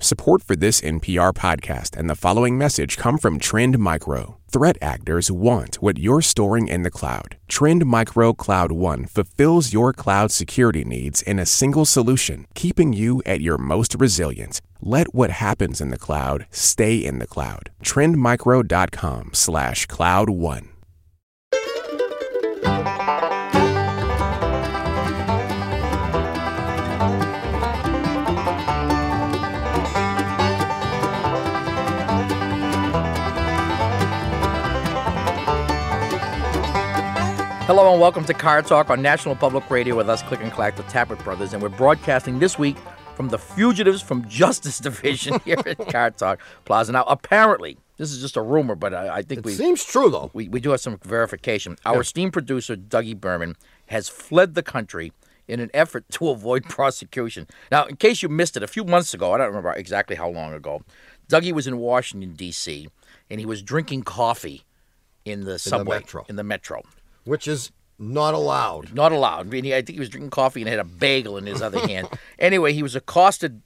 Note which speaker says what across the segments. Speaker 1: Support for this NPR podcast and the following message come from Trend Micro. Threat actors want what you're storing in the cloud. Trend Micro Cloud One fulfills your cloud security needs in a single solution, keeping you at your most resilient. Let what happens in the cloud stay in the cloud. TrendMicro.com slash cloud one.
Speaker 2: Hello and welcome to Car Talk on National Public Radio with us, Click and Clack, the Tappert Brothers, and we're broadcasting this week from the Fugitives from Justice Division here at Car Talk Plaza. Now, apparently, this is just a rumor, but I, I think
Speaker 3: It
Speaker 2: we,
Speaker 3: seems true, though.
Speaker 2: we we do have some verification. Our esteemed producer Dougie Berman has fled the country in an effort to avoid prosecution. Now, in case you missed it, a few months ago, I don't remember exactly how long ago, Dougie was in Washington D.C. and he was drinking coffee in the subway
Speaker 3: metro.
Speaker 2: in the metro
Speaker 3: Which is not allowed.
Speaker 2: not allowed. I, mean, I think he was drinking coffee and had a bagel in his other hand. Anyway, he was accosted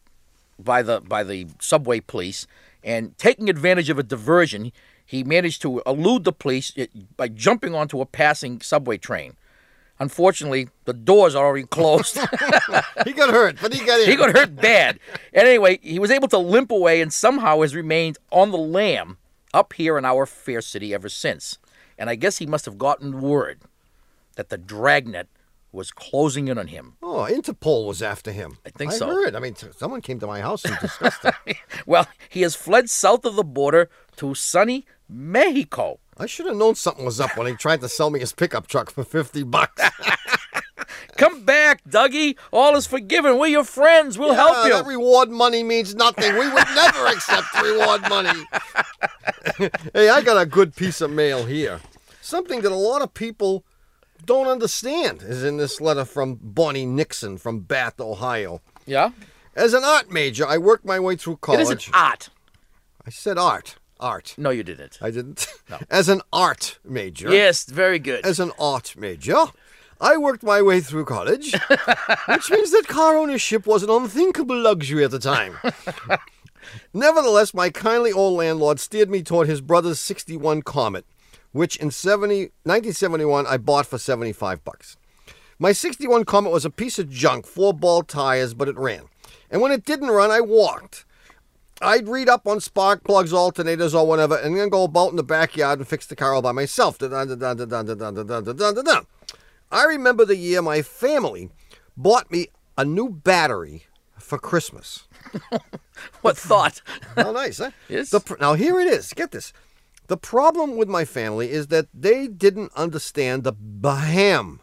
Speaker 2: by the by the subway police, and taking advantage of a diversion, he managed to elude the police eh, by jumping onto a passing subway train. Unfortunately, the doors are already closed.
Speaker 3: He got hurt, but he got in.
Speaker 2: he got hurt bad. And anyway, he was able to limp away and somehow has remained on the lam up here in our fair city ever since. And I guess he must have gotten word that the dragnet was closing in on him.
Speaker 3: Oh, Interpol was after him. I
Speaker 2: think
Speaker 3: I
Speaker 2: so.
Speaker 3: heard. I mean, t- someone came to my house and discussed it.
Speaker 2: Well, he has fled south of the border to sunny Mexico.
Speaker 3: I should have known something was up when he tried to sell me his pickup truck for 50 bucks.
Speaker 2: Come back, Dougie. All is forgiven. We're your friends. We'll
Speaker 3: Ah, That
Speaker 2: help you.
Speaker 3: reward money means nothing. We would never accept reward money. hey, I got a good piece of mail here. Something that a lot of people don't understand is in this letter from Bonnie Nixon from Bath, Ohio.
Speaker 2: Yeah?
Speaker 3: As an art major, I worked my way through
Speaker 2: It
Speaker 3: college.
Speaker 2: isn't art.
Speaker 3: I said art. Art.
Speaker 2: No, you didn't.
Speaker 3: I didn't. As an art major.
Speaker 2: Yes, very good.
Speaker 3: As an art major, I worked my way through college, which means that car ownership was an unthinkable luxury at the time. Nevertheless, my kindly old landlord steered me toward his brother's 61 Comet, which in 70, 1971 I bought for 75 bucks. My 61 Comet was a piece of junk, four ball tires, but it ran. And when it didn't run, I walked. I'd read up on spark plugs, alternators, or whatever, and then go about in the backyard and fix the car all by myself. Da-da-da-da-da-da-da-da-da-da-da-da. I remember the year my family bought me a new battery for Christmas.
Speaker 2: What thought?
Speaker 3: How nice, eh? huh?
Speaker 2: Yes.
Speaker 3: The pr- now, here it is. Get this. The problem with my family is that they didn't understand the BAHAM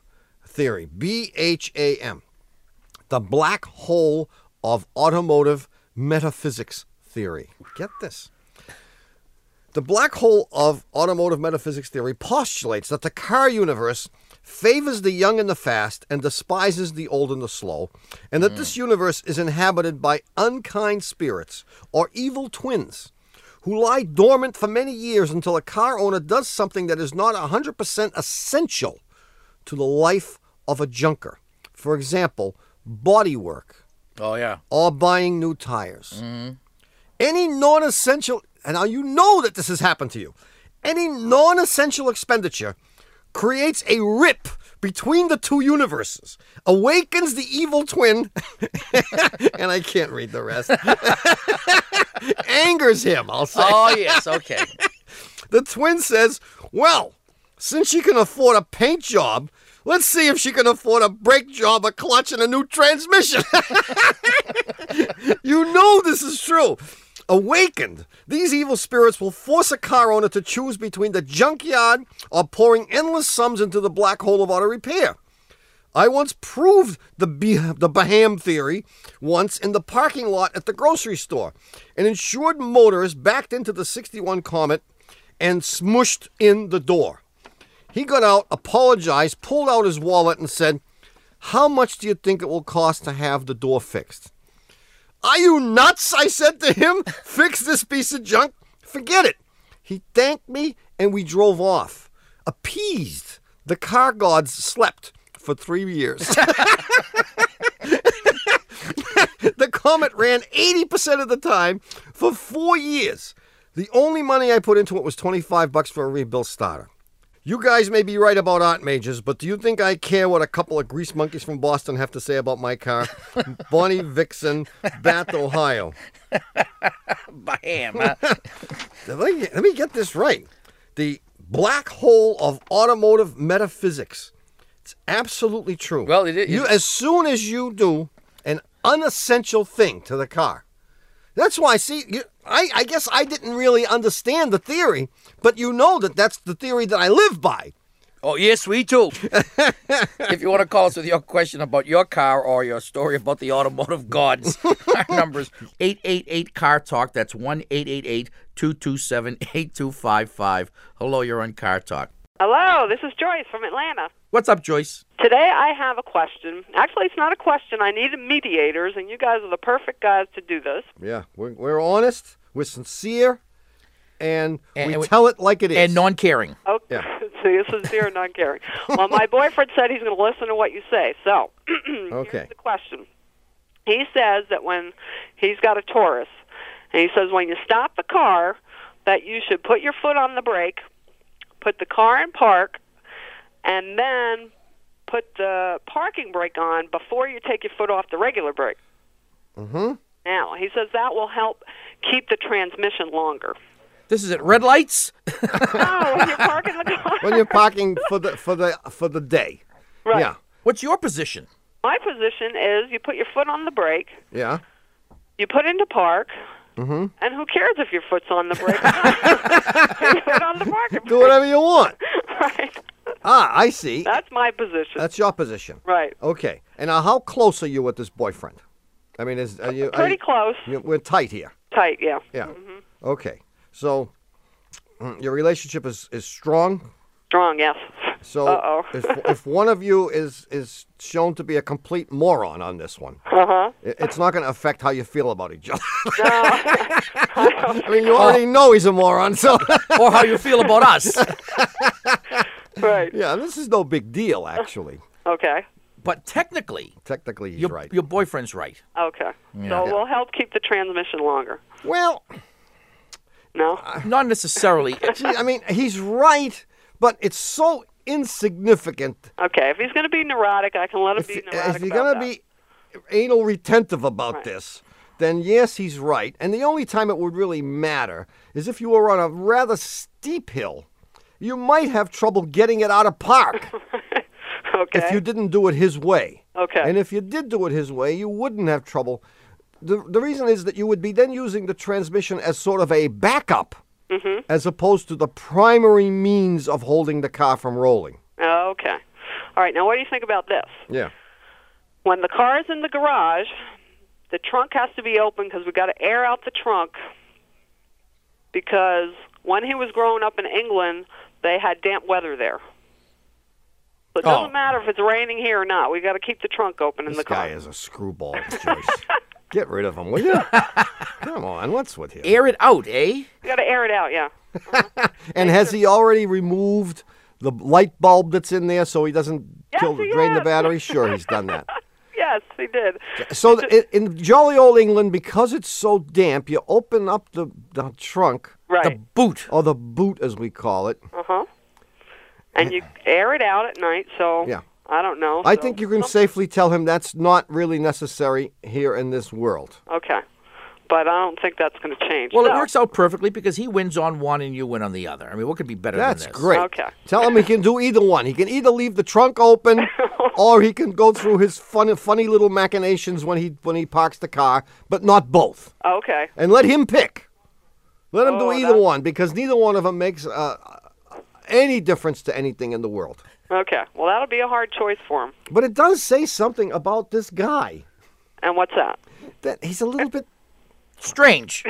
Speaker 3: theory B H A M, the black hole of automotive metaphysics theory. Get this. The black hole of automotive metaphysics theory postulates that the car universe favors the young and the fast and despises the old and the slow, and that this universe is inhabited by unkind spirits or evil twins who lie dormant for many years until a car owner does something that is not 100% essential to the life of a junker. For example, body work
Speaker 2: Oh, yeah. Mm-hmm.
Speaker 3: or buying new tires. Any non essential, and now you know that this has happened to you, any non essential expenditure creates a rip between the two universes, awakens the evil twin, and I can't read the rest, angers him, I'll say.
Speaker 2: Oh, yes. Okay.
Speaker 3: The twin says, Well, since she can afford a paint job, let's see if she can afford a brake job, a clutch, and a new transmission. you know this is true. Awakened, these evil spirits will force a car owner to choose between the junkyard or pouring endless sums into the black hole of auto repair. I once proved the B- the Baham theory once in the parking lot at the grocery store. An insured motorist backed into the 61 Comet and smushed in the door. He got out, apologized, pulled out his wallet, and said, How much do you think it will cost to have the door fixed? Are you nuts? I said to him, Fix this piece of junk? Forget it. He thanked me and we drove off. Appeased, the car gods slept for three years. the Comet ran 80% of the time for four years. The only money I put into it was 25 bucks for a rebuilt starter. You guys may be right about art majors, but do you think I care what a couple of grease monkeys from Boston have to say about my car? Bonnie Vixen, Bath, Ohio.
Speaker 2: Bam. huh?
Speaker 3: Let me, let me get this right. The black hole of automotive metaphysics. It's absolutely true.
Speaker 2: Well, it is-
Speaker 3: You, as soon as you do an unessential thing to the car, that's why. See, you, I, I guess I didn't really understand the theory, but you know that that's the theory that I live by.
Speaker 2: Oh, yes, we too. if you want to call us with your question about your car or your story about the automotive gods, our number is 888 Car Talk. That's 1 888 227 8255. Hello, you're on Car Talk.
Speaker 4: Hello, this is Joyce from Atlanta.
Speaker 2: What's up, Joyce?
Speaker 4: Today I have a question. Actually, it's not a question. I need mediators, and you guys are the perfect guys to do this.
Speaker 3: Yeah, we're, we're honest, we're sincere, and,
Speaker 2: And-
Speaker 3: we
Speaker 2: and we-
Speaker 3: tell it like it is.
Speaker 2: And non caring.
Speaker 4: Okay.
Speaker 3: Yeah.
Speaker 4: See, Oh, this is zero non caring. well, my boyfriend said he's going to listen to what you say. So,
Speaker 3: Okay.
Speaker 4: here's the question. He says that when he's got a Taurus, and he says when you stop the car, that you should put your foot on the brake, put the car in park, and then put the parking brake on before you take your foot off the regular brake. Mm-hmm. Now, he says that will help keep the transmission longer.
Speaker 2: This is it. Red lights?
Speaker 4: oh, when you're parking the car.
Speaker 3: When you're parking for the for the for the day.
Speaker 4: Right.
Speaker 3: Yeah.
Speaker 2: What's your position?
Speaker 4: My position is you put your foot on the brake,
Speaker 3: Yeah. mm-hmm.
Speaker 4: you put into park, and who cares if your foot's on the brake? or not? Your foot on the parking
Speaker 3: Do whatever you want.
Speaker 4: brake, right?
Speaker 3: Ah, I see.
Speaker 4: That's my position.
Speaker 3: That's your position.
Speaker 4: right.
Speaker 3: Okay. And now, how close are you with this boyfriend? I mean, is are you? are
Speaker 4: Pretty
Speaker 3: you-
Speaker 4: close.
Speaker 3: you- we're tight here.
Speaker 4: Tight, yeah. Mm-hmm.
Speaker 3: Yeah. Okay. So mm, your relationship is is strong.
Speaker 4: Strong, yes.
Speaker 3: So
Speaker 4: Uh-oh.
Speaker 3: if if one of you is is shown to be a complete moron on this one,
Speaker 4: Uh-huh.
Speaker 3: i- it's not going to affect how you feel about each other. I mean, you already know he's a moron, so
Speaker 2: Or how you feel about us?
Speaker 4: Right.
Speaker 3: yeah, this is no big deal actually.
Speaker 4: Okay.
Speaker 2: But technically,
Speaker 3: Technically, he's
Speaker 2: your,
Speaker 3: right.
Speaker 2: your boyfriend's right.
Speaker 4: Okay. So we'll help keep the transmission longer.
Speaker 3: Well,
Speaker 4: No?
Speaker 2: Not necessarily.
Speaker 3: gee, I mean, he's right, but it's so insignificant
Speaker 4: okay. If he's going to be neurotic, I can let him
Speaker 3: if,
Speaker 4: be
Speaker 3: you-
Speaker 4: neurotic.
Speaker 3: if you're
Speaker 4: about
Speaker 3: gonna
Speaker 4: that.
Speaker 3: be anal retentive about this, then yes, he's right. And the only time it would really matter is if you were on a rather steep hill. You might have trouble getting it out of park
Speaker 4: Okay.
Speaker 3: if you didn't do it his way.
Speaker 4: Okay.
Speaker 3: And if you did do it his way, you wouldn't have trouble. The, the reason is that you would be then using the transmission as sort of a backup
Speaker 4: mm-hmm.
Speaker 3: as opposed to the primary means of holding the car from rolling.
Speaker 4: okay. All right. Now, what do you think about this?
Speaker 3: Yeah.
Speaker 4: when the car is in the garage, the trunk has to be open because we got to air out the trunk. Because when he was growing up in England, they had damp weather there. So it doesn't
Speaker 2: Oh.
Speaker 4: matter if it's raining here or not. We got to keep the trunk open in
Speaker 3: This
Speaker 4: the car.
Speaker 3: guy is a screwball, Joyce. Get rid of him, will you? Come on, what's with him?
Speaker 2: Air it out, eh?
Speaker 4: We got to air it out. Yeah.
Speaker 3: And has he already removed the light bulb that's in there so he doesn't
Speaker 4: Yes,
Speaker 3: kill
Speaker 4: he
Speaker 3: drain the
Speaker 4: has.
Speaker 3: battery? Sure, he's done that.
Speaker 4: Yes, he did.
Speaker 3: So th- i- in jolly old England, because it's so damp, you open up the, the trunk
Speaker 4: Right.
Speaker 2: Boot.
Speaker 3: or the boot, as we call it.
Speaker 4: Uh huh. And you air it out at night. So
Speaker 3: Yeah.
Speaker 4: I don't know.
Speaker 3: I
Speaker 4: so-
Speaker 3: think you can safely tell him that's not really necessary here in this world.
Speaker 4: Okay. But I don't think that's going to change.
Speaker 2: Well, it
Speaker 4: So-
Speaker 2: works out perfectly because he wins on one and you win on the other. I mean, what could be better
Speaker 3: That's
Speaker 2: than this?
Speaker 3: great.
Speaker 4: Okay.
Speaker 3: Tell him he can do either one. He can either leave the trunk open, or he can go through his fun, funny little machinations when he when he parks the car, but not both.
Speaker 4: Okay.
Speaker 3: And let him pick. Let him
Speaker 4: Oh,
Speaker 3: do either
Speaker 4: that-
Speaker 3: one because neither one of them makes uh, any difference to anything in the world.
Speaker 4: Okay. Well, that'll be a hard choice for him.
Speaker 3: But it does say something about this guy
Speaker 4: And what's that?
Speaker 3: that he's a little bit.
Speaker 2: Strange.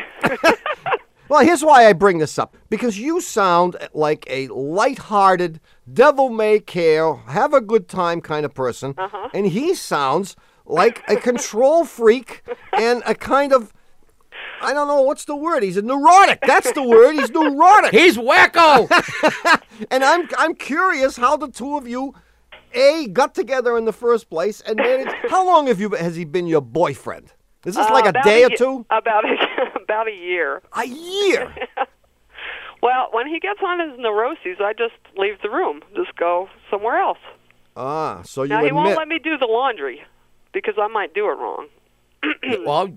Speaker 3: Well, here's why I bring this up because you sound like a light-hearted, devil may care, have a good time kind of person,
Speaker 4: Uh-huh.
Speaker 3: and he sounds like a control freak and a kind of I don't know what's the word. He's a neurotic. That's the word. He's neurotic.
Speaker 2: He's wacko.
Speaker 3: And I'm I'm curious how the two of you a got together in the first place and managed. How long have you has he been your boyfriend? Is this like
Speaker 4: Uh,
Speaker 3: a
Speaker 4: about
Speaker 3: day or
Speaker 4: ye-
Speaker 3: two?
Speaker 4: About a, about a year.
Speaker 3: A year.
Speaker 4: Well, when he gets on his neuroses, I just leave the room, just go somewhere else.
Speaker 3: ah, so you
Speaker 4: Now he
Speaker 3: admit
Speaker 4: won't let me do the laundry because I might do it wrong.
Speaker 2: Well,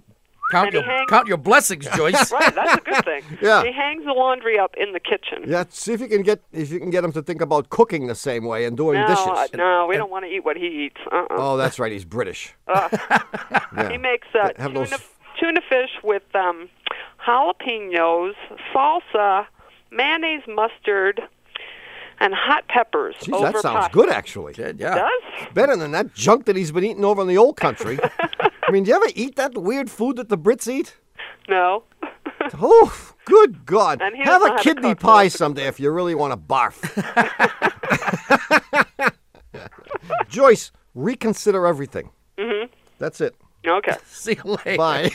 Speaker 2: count
Speaker 4: And he
Speaker 2: your
Speaker 4: hangs-
Speaker 2: count your blessings, Joyce.
Speaker 4: Right, that's a good thing.
Speaker 3: Yeah.
Speaker 4: He hangs the laundry up in the kitchen.
Speaker 3: Yeah, see if you can get if you can get him to think about cooking the same way and doing
Speaker 4: No,
Speaker 3: dishes.
Speaker 4: uh, no, we don't want to eat what he eats. Uh-uh.
Speaker 3: Oh, that's right. He's British.
Speaker 4: He makes uh,
Speaker 3: Have
Speaker 4: tuna,
Speaker 3: those-
Speaker 4: tuna fish with um, jalapenos, salsa, mayonnaise, mustard, and hot peppers
Speaker 3: Geez,
Speaker 4: over
Speaker 3: that sounds
Speaker 4: pasta.
Speaker 3: good, actually.
Speaker 2: yeah.
Speaker 4: Does?
Speaker 3: Better than that junk that he's been eating over in the old country. I mean, do you ever eat that weird food that the Brits eat?
Speaker 4: No.
Speaker 3: Oh, good God.
Speaker 4: And he
Speaker 3: Have
Speaker 4: doesn't know
Speaker 3: a
Speaker 4: how to
Speaker 3: kidney
Speaker 4: cook, so
Speaker 3: pie
Speaker 4: it's a good
Speaker 3: someday if you really want to barf. Joyce, reconsider everything. Mm-hmm. That's it.
Speaker 4: Okay.
Speaker 2: See you later.
Speaker 3: Bye.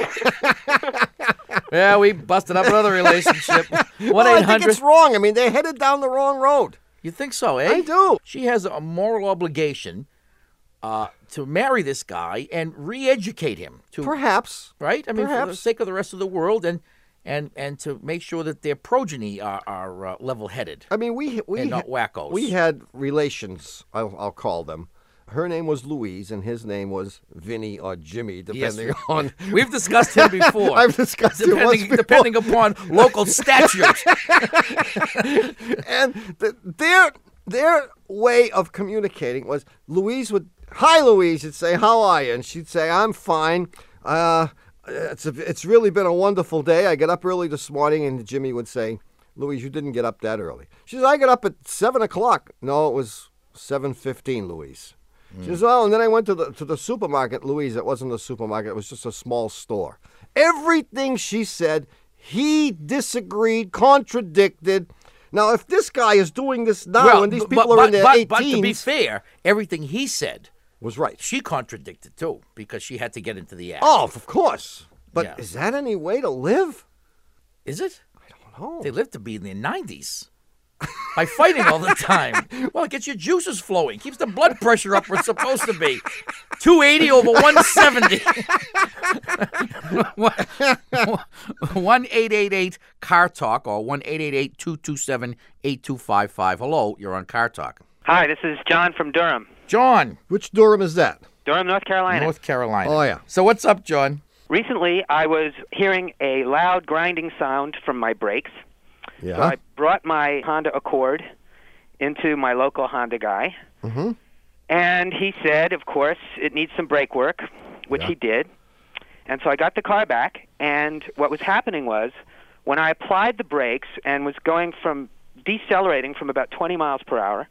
Speaker 2: Yeah, we busted up another relationship. One
Speaker 3: Well,
Speaker 2: eight
Speaker 3: I think
Speaker 2: hundred.
Speaker 3: it's wrong. I mean, they're headed down the wrong road.
Speaker 2: You think so, eh?
Speaker 3: I do.
Speaker 2: She has a moral obligation uh, to marry this guy and re-educate him to
Speaker 3: Perhaps.
Speaker 2: right. I mean, for the
Speaker 3: perhaps.
Speaker 2: sake of the rest of the world, and and and to make sure that their progeny are, are uh, level-headed.
Speaker 3: I mean, we we
Speaker 2: And not
Speaker 3: ha-
Speaker 2: wackos.
Speaker 3: We had relations. I'll, I'll call them. Her name was Louise, and his name was Vinny or Jimmy, depending on.
Speaker 2: We've discussed him before.
Speaker 3: I've discussed it
Speaker 2: depending,
Speaker 3: once before.
Speaker 2: depending upon local statutes.
Speaker 3: And the, their their way of communicating was Louise would hi Louise, she'd say how are you, and she'd say I'm fine. Uh, it's a, it's really been a wonderful day. I got up early this morning, and Jimmy would say, Louise, you didn't get up that early. She says I got up at seven o'clock. No, it was seven fifteen, Louise. She says, "Oh, and then I went to the to the supermarket, Louise. It wasn't a supermarket; it was just a small store." Everything she said, he disagreed, contradicted. Now, if this guy is doing this now, and these
Speaker 2: but-
Speaker 3: people
Speaker 2: but,
Speaker 3: are in their
Speaker 2: but,
Speaker 3: 18s,
Speaker 2: but to be fair, everything he said,
Speaker 3: was right.
Speaker 2: she contradicted too because she had to get into the act.
Speaker 3: Oh, of course. But
Speaker 2: Yeah.
Speaker 3: is that any way to live?
Speaker 2: Is it?
Speaker 3: Oh,
Speaker 2: They lived to be in the 90s by fighting all the time. Well, it gets your juices flowing, keeps the blood pressure up where it's supposed to be 280 over 170. One eight eight eight Car Talk or 1 227 8255. Hello, you're on Car Talk.
Speaker 5: Hi, this is John from Durham,
Speaker 2: John,
Speaker 3: which Durham is that?
Speaker 5: Durham, North Carolina.
Speaker 2: North Carolina.
Speaker 3: Oh, yeah.
Speaker 2: So, what's up, John?
Speaker 5: Recently, I was hearing a loud grinding sound from my brakes.
Speaker 3: Yeah.
Speaker 5: So I brought my Honda Accord into my local Honda guy. Mm-hmm. And he said, of course, it needs some brake work, which he did. And so I got the car back, and what was happening was when I applied the brakes and was going from decelerating from about 20 miles per hour,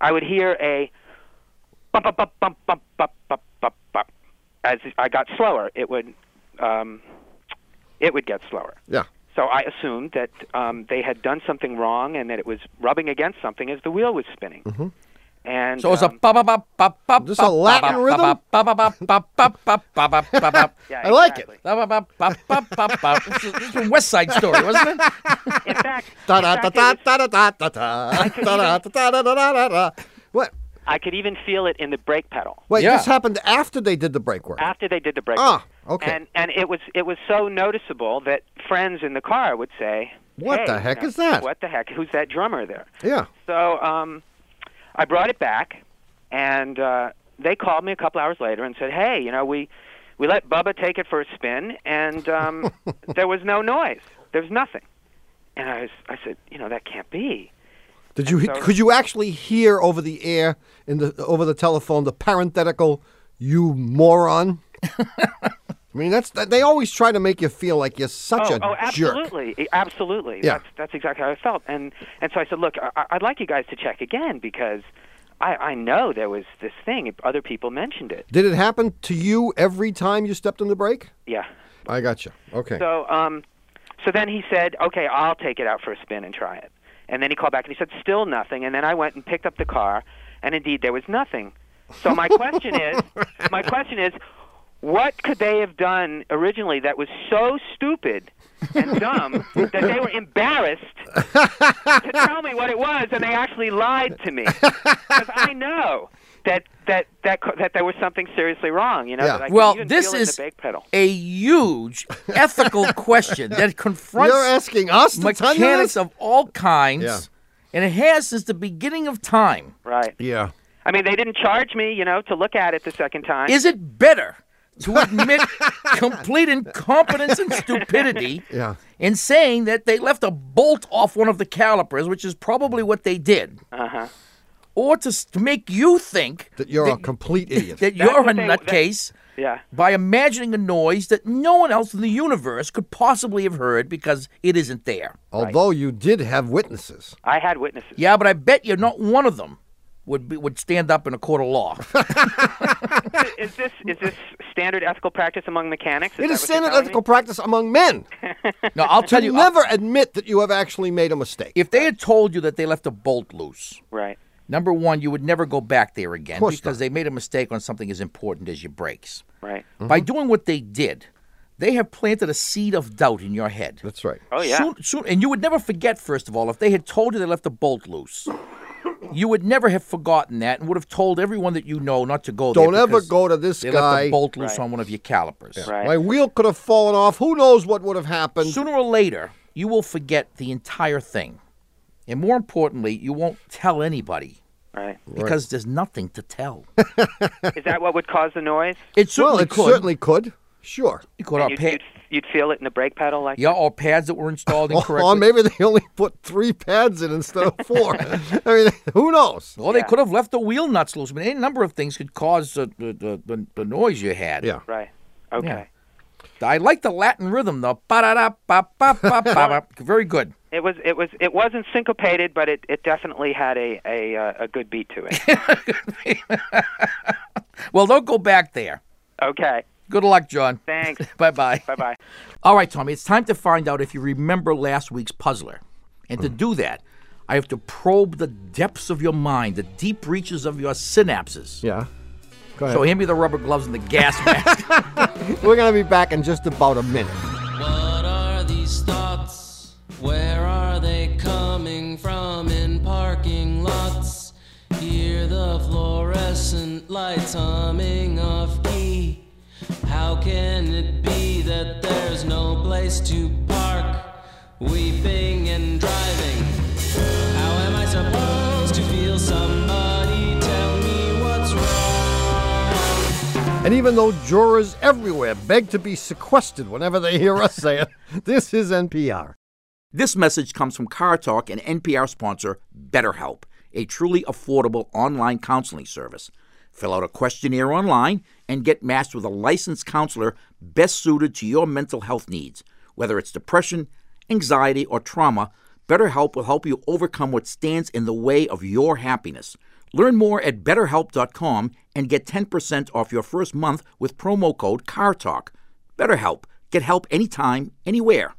Speaker 5: I would hear a bump, bump, bump, bump, bump, bump, bump, bump, bump. As I got slower, it would, um, it would get slower.
Speaker 3: yeah.
Speaker 5: So I assumed that um, they had done something wrong and that it was rubbing against something as the wheel was spinning. Mm-hmm. And
Speaker 2: So it's a
Speaker 5: um,
Speaker 2: ba ba ba ba ba.
Speaker 3: This a Latin rhythm?
Speaker 2: Ba ba ba ba ba ba ba ba ba ba.
Speaker 5: yeah,
Speaker 3: I like it.
Speaker 5: exactly.
Speaker 2: Ba, ba, ba, ba, ba, ba, ba. This is- this is from West Side Story, wasn't it?
Speaker 5: In fact,
Speaker 3: Da
Speaker 5: in
Speaker 3: da
Speaker 5: fact,
Speaker 3: da
Speaker 5: it
Speaker 3: da
Speaker 5: was-
Speaker 3: da da da da da da da da da da da da. What?
Speaker 5: I could even feel it in the brake pedal
Speaker 3: Wait,
Speaker 2: Yeah.
Speaker 3: this happened after they did the brake work.
Speaker 5: after they did the brake.
Speaker 3: Ah,
Speaker 5: work.
Speaker 3: okay.
Speaker 5: And and it was it was so noticeable that friends in the car would say,
Speaker 3: What
Speaker 5: "Hey,
Speaker 3: the
Speaker 5: you
Speaker 3: heck
Speaker 5: know,
Speaker 3: is that?"
Speaker 5: What the heck? Who's that drummer there?"
Speaker 3: yeah.
Speaker 5: So um, I brought it back, and uh, they called me a couple hours later and said, "Hey, you know, we we let Bubba take it for a spin, and um, there was no noise. There was nothing." And I was, I said, "You know, that can't be."
Speaker 3: Did you
Speaker 5: so-
Speaker 3: could you actually hear over the air in the over the telephone the parenthetical "you moron"? I mean, that's that, they always try to make you feel like you're such
Speaker 5: oh,
Speaker 3: a
Speaker 5: oh,
Speaker 3: jerk.
Speaker 5: absolutely, I- absolutely.
Speaker 3: Yeah.
Speaker 5: That's that's exactly how I felt, and and so I said, "Look, I- I, I'd like you guys to check again because." I, I know there was this thing. Other people mentioned it.
Speaker 3: Did it happen to you every time you stepped on the brake?
Speaker 5: Yeah.
Speaker 3: I got you. Okay.
Speaker 5: So, um, so then he said, "Okay, I'll take it out for a spin and try it." And then he called back and he said, "Still nothing." And then I went and picked up the car, and indeed there was nothing. So my question is, my question is, what could they have done originally that was so stupid and dumb that they were embarrassed to tell me what it was, and they actually lied to me? Because I know that that that co- that there was something seriously wrong. You know,
Speaker 3: Yeah.
Speaker 5: that I could
Speaker 2: Well,
Speaker 5: even
Speaker 2: this
Speaker 5: feel in
Speaker 2: is
Speaker 5: the brake pedal.
Speaker 2: a huge ethical question that confronts
Speaker 3: You're asking us to tell you
Speaker 2: mechanics
Speaker 3: this?
Speaker 2: of all kinds,
Speaker 3: Yeah.
Speaker 2: and it has since the beginning of time.
Speaker 5: Right.
Speaker 3: Yeah.
Speaker 5: I mean, they didn't charge me, you know, to look at it the second time.
Speaker 2: Is it better to admit complete incompetence and stupidity
Speaker 3: Yeah.
Speaker 2: in saying that they left a bolt off one of the calipers, which is probably what they did,
Speaker 5: uh-huh.
Speaker 2: or to, s- to make you think
Speaker 3: That you're a complete idiot.
Speaker 2: that you're a
Speaker 5: what they- that-
Speaker 2: nutcase?
Speaker 5: Yeah.
Speaker 2: by imagining a noise that no one else in the universe could possibly have heard because it isn't there.
Speaker 3: Although you did have witnesses.
Speaker 5: I had witnesses.
Speaker 2: Yeah, but I bet you not one of them would be, would stand up in a court of law.
Speaker 5: Is this is this standard ethical practice among
Speaker 3: It
Speaker 5: mechanics? Is that
Speaker 3: is
Speaker 5: what you're
Speaker 3: standard
Speaker 5: telling me?
Speaker 3: ethical practice among men
Speaker 2: no, I'll tell
Speaker 3: to
Speaker 2: you. I'll-
Speaker 3: never admit that you have actually made a mistake.
Speaker 2: if they had told you that they left a bolt loose,
Speaker 5: Right.
Speaker 2: number one, you would never go back there again
Speaker 3: course
Speaker 2: because they made a mistake on something as important as your brakes.
Speaker 5: Right.
Speaker 2: By doing what they did, they have planted a seed of doubt in your head.
Speaker 3: That's right.
Speaker 5: Oh yeah.
Speaker 2: Soon, soon, and you would never forget, first of all, if they had told you they left the bolt loose, you would never have forgotten that and would have told everyone that you know not to go there.
Speaker 3: Don't ever
Speaker 2: because
Speaker 3: go to this
Speaker 2: They left
Speaker 3: guy.
Speaker 2: the bolt loose
Speaker 5: Right.
Speaker 2: on one of your calipers.
Speaker 5: Right.
Speaker 3: My wheel could have fallen off. Who knows what would have happened?
Speaker 2: Sooner or later, you will forget the entire thing. And more importantly, you won't tell anybody
Speaker 5: Right.
Speaker 2: because there's nothing to tell.
Speaker 5: Is that what would cause the noise?
Speaker 2: It certainly
Speaker 3: well, it
Speaker 2: could.
Speaker 3: certainly could. Sure.
Speaker 2: It could our
Speaker 5: you'd,
Speaker 2: pa-
Speaker 5: you'd, you'd feel it in the brake pedal, like
Speaker 2: yeah, or pads that were installed incorrectly.
Speaker 3: Or Oh, maybe they only put three pads in instead of four. I mean, who knows?
Speaker 2: Or they could have left the wheel nuts loose. I mean, any number of things could cause the, the, the, the, the noise you had.
Speaker 3: Yeah.
Speaker 5: Right. Okay.
Speaker 2: Yeah. I like the Latin rhythm though. Ba-da-da-ba-ba-ba-ba. Very good.
Speaker 5: It was. It was. It wasn't syncopated, but it, it definitely had a a uh, a good beat to it.
Speaker 2: Well, don't go back there.
Speaker 5: okay.
Speaker 2: Good luck, John.
Speaker 5: Thanks.
Speaker 2: Bye bye.
Speaker 5: Bye bye.
Speaker 2: All right, Tommy, it's time to find out if you remember last week's puzzler. And to
Speaker 3: Hmm.
Speaker 2: do that, I have to probe the depths of your mind, the deep reaches of your synapses.
Speaker 3: Yeah. Go ahead.
Speaker 2: So hand me the rubber gloves and the gas mask.
Speaker 3: We're going to be back in just about a minute.
Speaker 6: What are these thoughts? Where are they coming from in parking lots? Hear the fluorescent lights humming off key. How can it be that there's no place to park? Weeping and driving. How am I supposed to feel? Somebody tell me what's wrong.
Speaker 3: And even though jurors everywhere beg to be sequestered whenever they hear us say it, this is NPR.
Speaker 2: this message comes from Car Talk and NPR sponsor BetterHelp, a truly affordable online counseling service. Fill out a questionnaire online and get matched with a licensed counselor best suited to your mental health needs. Whether it's depression, anxiety, or trauma, BetterHelp will help you overcome what stands in the way of your happiness. Learn more at betterhelp.com and get 10% off your first month with promo code CARTALK. BetterHelp. Get help anytime, anywhere.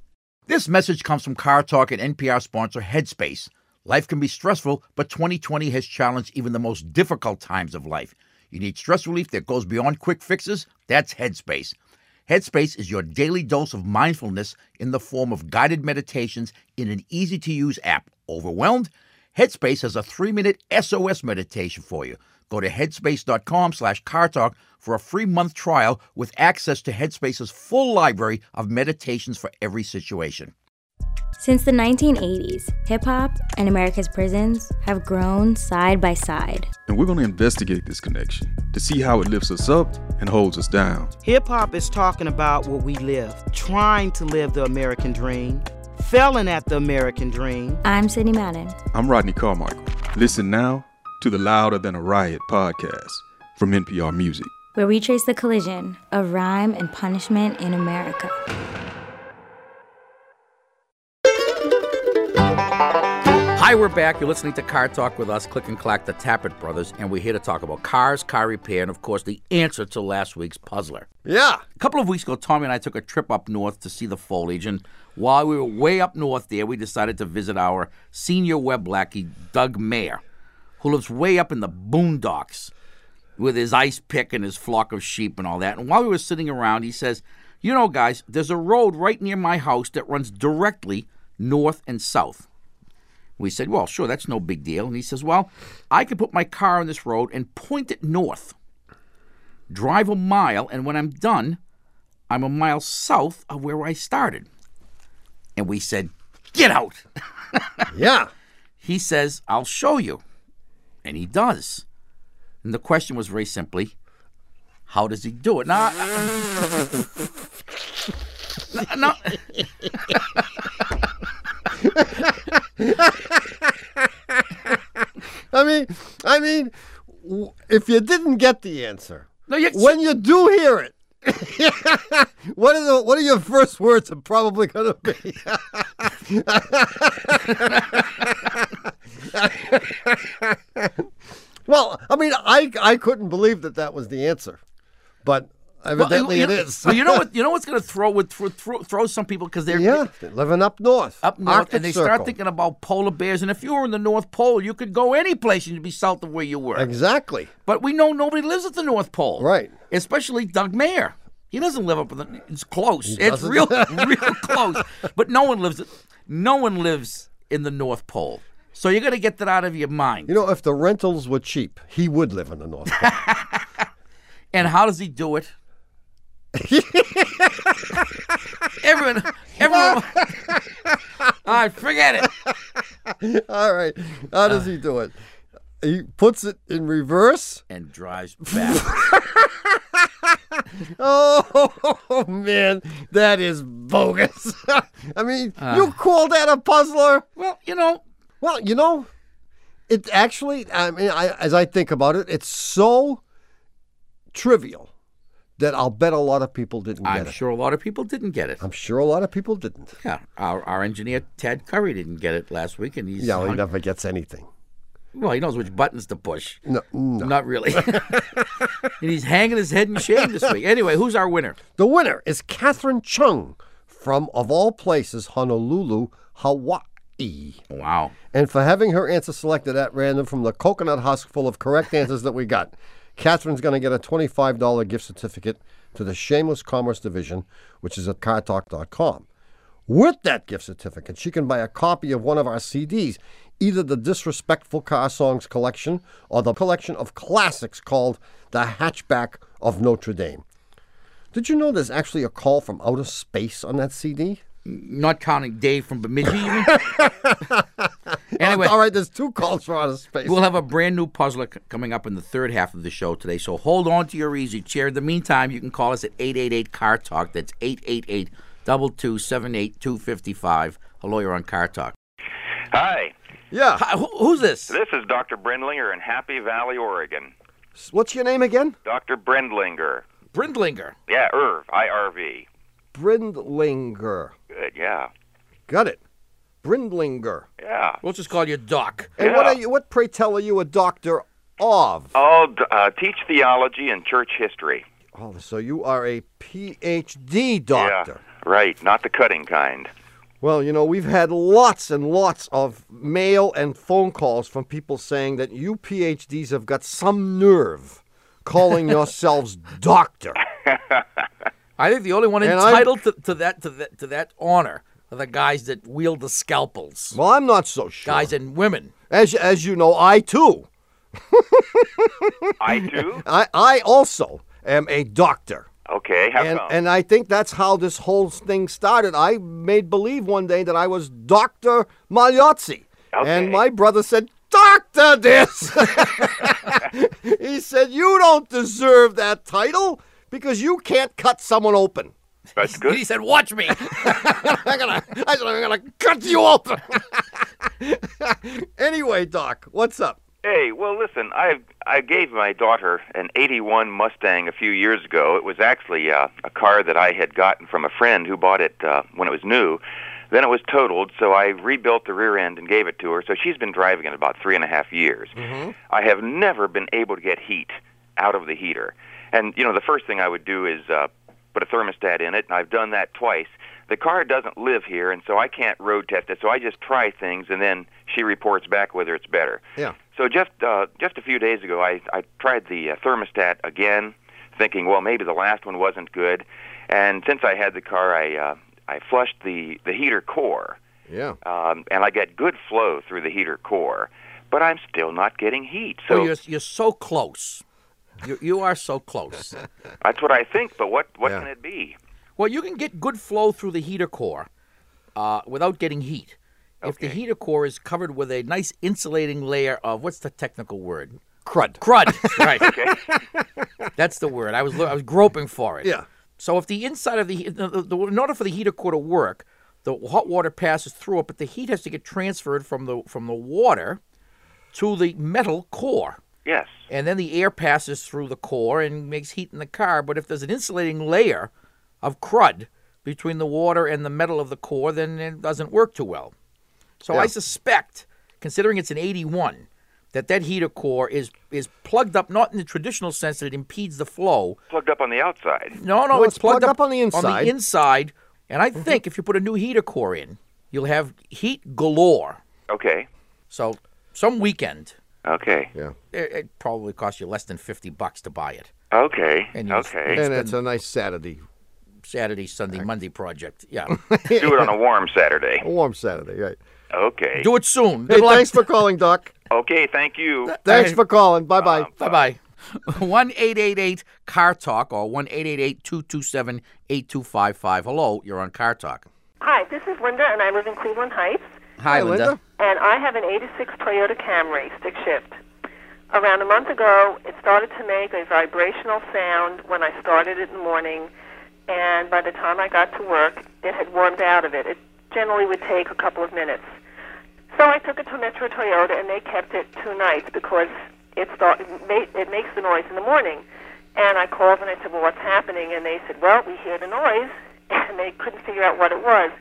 Speaker 2: This message comes from Car Talk and NPR sponsor Headspace. Life can be stressful, but 2020 has challenged even the most difficult times of life. You need stress relief that goes beyond quick fixes? That's Headspace. Headspace is your daily dose of mindfulness in the form of guided meditations in an easy to use app. Overwhelmed? Headspace has a three-minute SOS meditation for you. Go to headspace.com slash cartalk for a free month trial with access to Headspace's full library of meditations for every situation.
Speaker 7: Since the 1980s, hip hop and America's prisons have grown side by side.
Speaker 8: and we're going to investigate this connection to see how it lifts us up and holds us down.
Speaker 9: Hip hop is talking about what we live, trying to live the American dream, failing at the American dream.
Speaker 7: I'm Sydney Madden.
Speaker 8: I'm Rodney Carmichael. Listen now to the Louder Than a Riot podcast from NPR Music.
Speaker 7: where we trace the collision of rhyme and punishment in America.
Speaker 2: Hi, we're back. You're listening to Car Talk with us, Click and Clack, the Tappet Brothers, and we're here to talk about cars, car repair, and of course the answer to last week's puzzler.
Speaker 3: Yeah.
Speaker 2: A couple of weeks ago, Tommy and I took a trip up north to see the foliage, and while we were way up north there, we decided to visit our senior web lackey, Doug Mayer, who lives way up in the boondocks with his ice pick and his flock of sheep and all that. And while we were sitting around, he says, You know, guys, there's a road right near my house that runs directly north and south. We said, Well, sure, that's no big deal. And he says, Well, I can put my car on this road and point it north, drive a mile, and when I'm done, I'm a mile south of where I started. And we said, Get out.
Speaker 3: Yeah.
Speaker 2: He says, I'll show you. And he does. And the question was very simply, how does he do it? Now, I- no, no.
Speaker 3: I mean, I mean, w- if you didn't get the answer,
Speaker 2: No, you-
Speaker 3: when you do hear it, what are the, what are your first words? Are probably going to be. well, I mean, I I couldn't believe that that was the answer, but evidently
Speaker 2: you,
Speaker 3: it
Speaker 2: know-
Speaker 3: is.
Speaker 2: well, you know what? You know what's going to throw would throw, throw, throw some people because they're
Speaker 3: yeah, they're living up north,
Speaker 2: up north
Speaker 3: Arctic
Speaker 2: and they
Speaker 3: Circle.
Speaker 2: start thinking about polar bears. And if you were in the North Pole, you could go any place and you'd be south of where you were.
Speaker 3: exactly.
Speaker 2: But we know nobody lives at the North Pole,
Speaker 3: Right.
Speaker 2: Especially Doug Mayer. He doesn't live up in the. It's close. It's
Speaker 3: doesn't.
Speaker 2: real, real close. But no one lives. No one lives in the North Pole. So you got to get that out of your mind.
Speaker 3: You know, if the rentals were cheap, he would live in the north. Pole.
Speaker 2: And how does he do it? everyone, everyone. All right, forget it.
Speaker 3: All right, how does he do it? He puts it in reverse.
Speaker 2: And drives back.
Speaker 3: Oh man, that is bogus. I mean, you call that a puzzler?
Speaker 2: Uh. well, you know,
Speaker 3: Well, you know, it actually. I mean, I, as I think about it, it's so trivial that I'll bet a lot of people didn't
Speaker 2: I'm
Speaker 3: get it.
Speaker 2: sure a lot of people didn't get it.
Speaker 3: I'm sure a lot of people didn't.
Speaker 2: Yeah, our, our engineer Tad Curry didn't get it last week, and he's
Speaker 3: Yeah, well, he
Speaker 2: hung-
Speaker 3: never gets anything.
Speaker 2: well, he knows which buttons to push.
Speaker 3: No, no.
Speaker 2: Not really. and he's hanging his head in shame this week. Anyway, who's our winner?
Speaker 3: The winner is Catherine Chung from, of all places, Honolulu,
Speaker 2: E.
Speaker 3: Hawaii.
Speaker 2: Wow.
Speaker 3: and for having her answer selected at random from the coconut husk full of correct answers that we got. Catherine's going to get a $25 gift certificate to the Shameless Commerce Division, which is at cartalk.com. With that gift certificate, she can buy a copy of one of our CDs, either the Disrespectful Car Songs collection or the collection of classics called The Hatchback of Notre Dame. Did you know there's actually a call from outer space on that CD?
Speaker 2: Not counting Dave from Bemidji. you mean? anyway,
Speaker 3: All right, there's two calls from outer space.
Speaker 2: We'll have a brand new puzzler c- coming up in the third half of the show today, so hold on to your easy chair. In the meantime, you can call us at 888 Car Talk. That's 888 2278 255. Hello, you're on Car Talk.
Speaker 10: Hi,
Speaker 3: yeah.
Speaker 2: Hi, who, who's this?
Speaker 10: this is Dr. Brendlinger in Happy Valley, Oregon.
Speaker 3: What's your name again?
Speaker 10: Dr. Brendlinger.
Speaker 2: Brindlinger.
Speaker 10: Yeah, er, IRV, I-R-V.
Speaker 3: Brindlinger.
Speaker 10: Good, Uh, yeah.
Speaker 3: Got it. Brindlinger.
Speaker 10: Yeah.
Speaker 2: We'll just call you Doc.
Speaker 3: And what are you? What pray tell are you a doctor of?
Speaker 10: I'll d- uh, teach theology and church history.
Speaker 3: Oh, so you are a PhD doctor.
Speaker 10: Yeah, right, not the cutting kind.
Speaker 3: Well, you know we've had lots and lots of mail and phone calls from people saying that you PhDs have got some nerve calling yourselves doctor.
Speaker 2: I think the only one
Speaker 3: And I'm-
Speaker 2: entitled to, to that to that to that honor are the guys that wield the scalpels,
Speaker 3: Well, I'm not so sure.
Speaker 2: guys and women.
Speaker 3: as as you know, I too,
Speaker 10: I too?
Speaker 3: I I also am a doctor.
Speaker 10: Okay, how
Speaker 3: and,
Speaker 10: come?
Speaker 3: and I think that's how this whole thing started. I made believe one day that I was Dr. Magliozzi.
Speaker 10: Okay.
Speaker 3: And my brother said, Doctor, this! he said, You don't deserve that title because you can't cut someone open.
Speaker 10: That's
Speaker 2: And he
Speaker 10: good.
Speaker 2: said, "Watch me."
Speaker 3: I'm gonna, I said, I'm going to cut you open. anyway, Doc, what's up?
Speaker 10: Hey, well, listen, I I gave my daughter an 81 Mustang a few years ago. It was actually uh, a car that I had gotten from a friend who bought it uh, when it was new. Then it was totaled, so I rebuilt the rear end and gave it to her. So she's been driving it about three and a half years.
Speaker 11: Mm-hmm.
Speaker 10: I have never been able to get heat out of the heater. And, you know, the first thing I would do is uh, put a thermostat in it, and I've done that twice. The car doesn't live here, and so I can't road test it. So I just try things, and then she reports back whether it's better.
Speaker 3: Yeah.
Speaker 10: So just uh, just a few days ago, I I tried the uh, thermostat again, thinking, well, maybe the last one wasn't good. And since I had the car, I uh, I flushed the the heater core,
Speaker 3: Yeah.
Speaker 10: um, and I get good flow through the heater core, but I'm still not getting heat. So
Speaker 2: Oh, you're, you're so close. You, you are so close.
Speaker 10: that's what I think. But what what
Speaker 3: Yeah.
Speaker 10: can it be?
Speaker 2: well, you can get good flow through the heater core uh, without getting heat. If the
Speaker 10: Okay.
Speaker 2: heater core is covered with a nice insulating layer of what's the technical word?
Speaker 3: Crud.
Speaker 2: Crud. right. That's the word. I was lo- I was groping for it.
Speaker 3: Yeah.
Speaker 2: So if the inside of the, he- the, the, the in order for the heater core to work, the hot water passes through it, but the heat has to get transferred from the from the water to the metal core.
Speaker 10: Yes.
Speaker 2: and then the air passes through the core and makes heat in the car. But if there's an insulating layer of crud between the water and the metal of the core, then it doesn't work too well. So I suspect, considering it's an 81, that that heater core is is plugged up not in the traditional sense that it impedes the flow.
Speaker 10: Plugged up on the outside.
Speaker 2: No, no,
Speaker 3: No,
Speaker 2: it's,
Speaker 3: it's plugged up on the
Speaker 2: On
Speaker 3: inside. Mm-hmm.
Speaker 2: the inside, and I think if you put a new heater core in, you'll have heat galore.
Speaker 10: Okay.
Speaker 2: So some weekend,
Speaker 10: Okay.
Speaker 3: Yeah.
Speaker 2: it, it probably costs you less than 50 bucks to buy it.
Speaker 10: Okay.
Speaker 2: And you-
Speaker 10: Okay.
Speaker 3: And it's a nice Saturday,
Speaker 2: Saturday, Sunday, Monday project. Yeah.
Speaker 10: Do it on a warm Saturday.
Speaker 3: a warm Saturday, right?
Speaker 10: Okay.
Speaker 2: Do it soon.
Speaker 3: Hey, thanks for calling, Doc.
Speaker 10: Okay. Thank you.
Speaker 3: Thanks for calling. Bye bye.
Speaker 2: Bye bye. 1 888 Car Talk or 1 227 8255. Hello, you're on Car Talk.
Speaker 12: Hi, this is Linda, and I live in Cleveland Heights,
Speaker 2: Hi, Linda.
Speaker 3: Linda.
Speaker 12: and I have an 86 Toyota Camry stick shift. Around a month ago, it started to make a vibrational sound when I started it in the morning, and by the time I got to work, it had warmed out of it. It generally would take a couple of minutes. So I took it to Metro Toyota, and they kept it two nights because it start, it ma- it makes the noise in the morning. And I called and I said, "Well, what's happening?" And they said, "Well, we hear the noise," and they couldn't figure out what it was.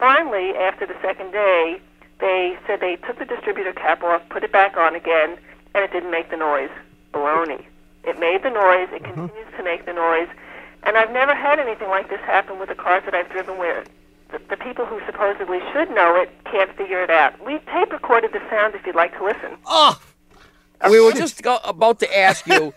Speaker 12: Finally, after the second day, they said they took the distributor cap off, put it back on again, and it didn't make the noise. Baloney! It made the noise. It
Speaker 2: Mm-hmm.
Speaker 12: continues to make the noise. And I've never had anything like this happen with the cars that I've driven where the, the people who supposedly should know it can't figure it out. We tape recorded the sound if you'd like to listen.
Speaker 2: Ah, We were just go- about to ask you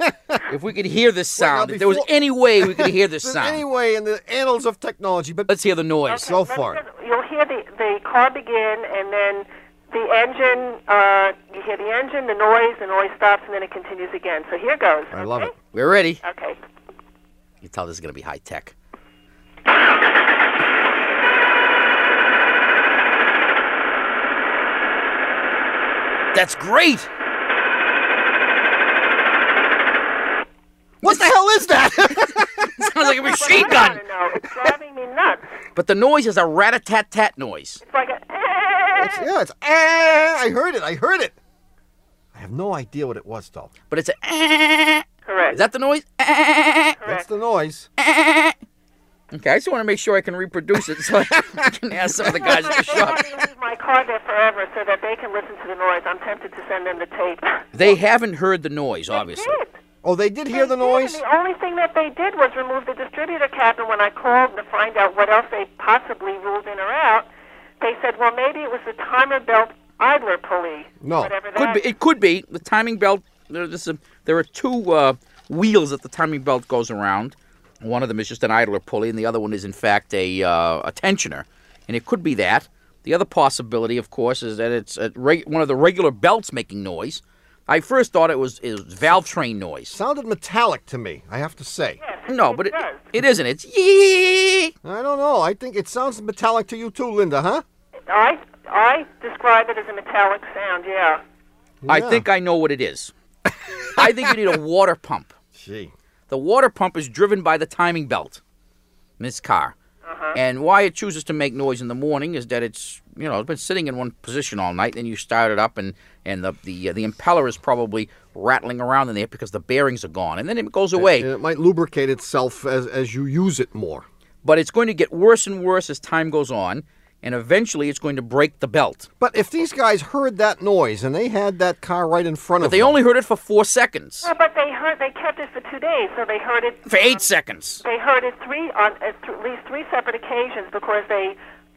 Speaker 2: if we could hear this sound,
Speaker 3: now,
Speaker 2: if there was
Speaker 3: before-
Speaker 2: any way we could hear this
Speaker 3: There's
Speaker 2: sound.
Speaker 3: Anyway, in the annals of technology, but
Speaker 2: Let's hear the noise.
Speaker 3: so
Speaker 12: Let me
Speaker 3: far.
Speaker 12: just- You'll hear the, the car begin, and then the engine, uh, you hear the engine, the noise, the noise stops, and then it continues again. So here goes.
Speaker 3: I love it.
Speaker 2: We're ready.
Speaker 12: Okay.
Speaker 2: You can tell this is going to be high tech. That's great.
Speaker 3: What the hell is that?
Speaker 2: Sounds like a
Speaker 12: But
Speaker 2: machine
Speaker 12: I
Speaker 2: gun.
Speaker 12: wanna know. It's driving me nuts.
Speaker 2: But the noise is a rat a tat tat noise.
Speaker 12: It's like a.
Speaker 3: It's- yeah, it's. Ah, I heard it. I heard it. I have no idea what it was, though.
Speaker 2: But it's a. "Eh."
Speaker 12: Correct.
Speaker 2: Is that the noise? "Eh."
Speaker 3: That's the noise.
Speaker 2: Okay, I just want to make sure I can reproduce it so I can ask some of the guys at the
Speaker 12: they
Speaker 2: shop.
Speaker 12: want me to leave my car there forever so that they can listen to the noise. I'm tempted to send them the tape.
Speaker 2: They haven't heard the noise, obviously.
Speaker 12: Did.
Speaker 3: Oh, they did hear the
Speaker 12: They did, and
Speaker 3: noise?
Speaker 12: The only thing that they did was remove the distributor cap, and when I called to find out what else they possibly ruled in or out, they said, well, maybe it was the timer belt idler pulley.
Speaker 3: No.
Speaker 12: Whatever
Speaker 2: Could
Speaker 12: that
Speaker 2: be. It could be the timing belt. There, this, is- there are two uh, wheels that the timing belt goes around. One of them is just an idler pulley, and the other one is in fact a uh, a tensioner. And it could be that. The other possibility, of course, is that it's a reg- one of the regular belts making noise. I first thought it was, it was valve train noise.
Speaker 3: Sounded metallic to me, I have to say.
Speaker 2: No, but it,
Speaker 12: does.
Speaker 2: it isn't. It's yee.
Speaker 3: I don't know. I think it sounds metallic to you, too, Linda, huh?
Speaker 12: I, I describe it as a metallic sound, yeah.
Speaker 2: I
Speaker 3: Yeah.
Speaker 2: think I know what it is. I think you need a water pump.
Speaker 3: Gee.
Speaker 2: The water pump is driven by the timing belt in this car. And why it chooses to make noise in the morning is that it's you know it's been sitting in one position all night. Then you start it up and and the the uh, the impeller is probably rattling around in there because the bearings are gone. And then it goes away.
Speaker 3: And it might lubricate itself as, as you use it more.
Speaker 2: But it's going to get worse and worse as time goes on, and eventually it's going to break the belt.
Speaker 3: But if these guys heard that noise and they had that car right in front
Speaker 2: But
Speaker 3: of
Speaker 2: they
Speaker 3: them,
Speaker 2: only heard it for four seconds,
Speaker 12: Yeah, But they heard they kept it for two days, so they heard it
Speaker 2: for eight seconds.
Speaker 12: They heard it three on at th- at least three separate occasions because they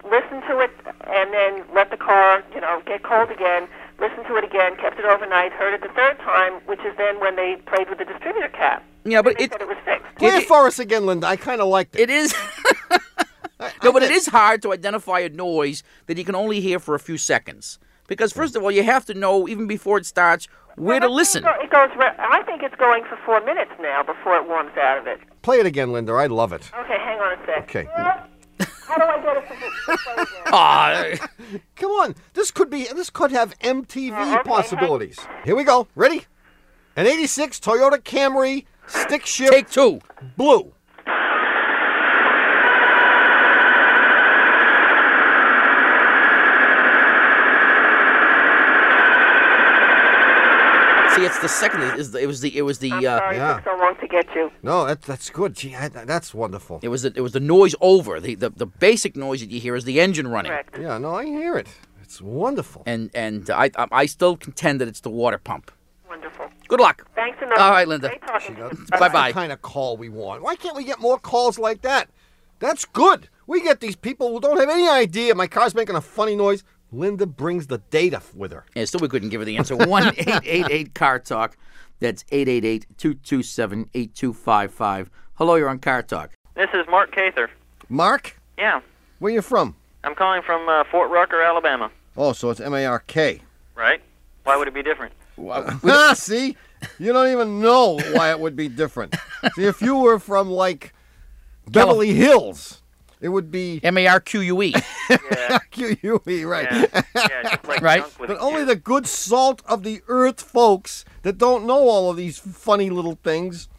Speaker 12: listened to it and then let the car, you know, get cold again. Listened to it again, kept it overnight, heard it the third time, which is then when they played with the distributor cap.
Speaker 2: Yeah, but
Speaker 12: They
Speaker 2: it
Speaker 12: said it was fixed.
Speaker 3: play
Speaker 2: it-
Speaker 3: it for us again, Linda. I kind of liked it.
Speaker 2: it is No, but it is hard to identify a noise that you can only hear for a few seconds. Because, first of all, you have to know, even before it starts, where to listen.
Speaker 12: It goes. Re- I think it's going for four minutes now before it warms out of it.
Speaker 3: Play it again, Linda. I love it.
Speaker 12: Okay, hang on a sec.
Speaker 3: Okay.
Speaker 12: How do I get it? to-
Speaker 3: Come on, this could be this could have MTV
Speaker 12: Uh,
Speaker 3: possibilities. Here we go. Ready? An '86 Toyota Camry stick shift. Take
Speaker 2: two.
Speaker 3: Blue.
Speaker 2: See, it's the second. It was the. It was the. It was the uh,
Speaker 12: Sorry, it took so long to get you.
Speaker 3: No, that, that's good. Gee, I, that's wonderful.
Speaker 2: It was the, it was the noise over the, the the basic noise that you hear is the engine running.
Speaker 12: Correct.
Speaker 3: Yeah, no, I hear it. It's wonderful.
Speaker 2: And and I I I still contend that it's the water pump.
Speaker 12: Wonderful.
Speaker 2: Good luck.
Speaker 12: Thanks enough.
Speaker 2: All right, Linda.
Speaker 3: That's
Speaker 2: Bye
Speaker 3: the
Speaker 2: bye.
Speaker 3: kind of call we want. Why can't we get more calls like that? That's good. We get these people who don't have any idea. My car's making a funny noise. Linda brings the data with her.
Speaker 2: Yeah, still we couldn't give her the answer. One eight eight eight car talk. That's 888-227-8255. Hello, you're on Car Talk.
Speaker 13: This is Mark Cather.
Speaker 3: Mark,
Speaker 13: Yeah,
Speaker 3: where you from?
Speaker 13: I'm calling from uh, Fort Rucker, Alabama.
Speaker 3: Oh, so it's M A R K.
Speaker 13: Right? Why would it be different?
Speaker 3: Ah, see, you don't even know why it would be different. see, if you were from like Beverly Hills, it would be
Speaker 2: M A R Q U E.
Speaker 3: Q U E, right?
Speaker 2: like Right. junk with
Speaker 3: But
Speaker 2: a
Speaker 3: only the good salt of the earth folks that don't know all of these funny little things,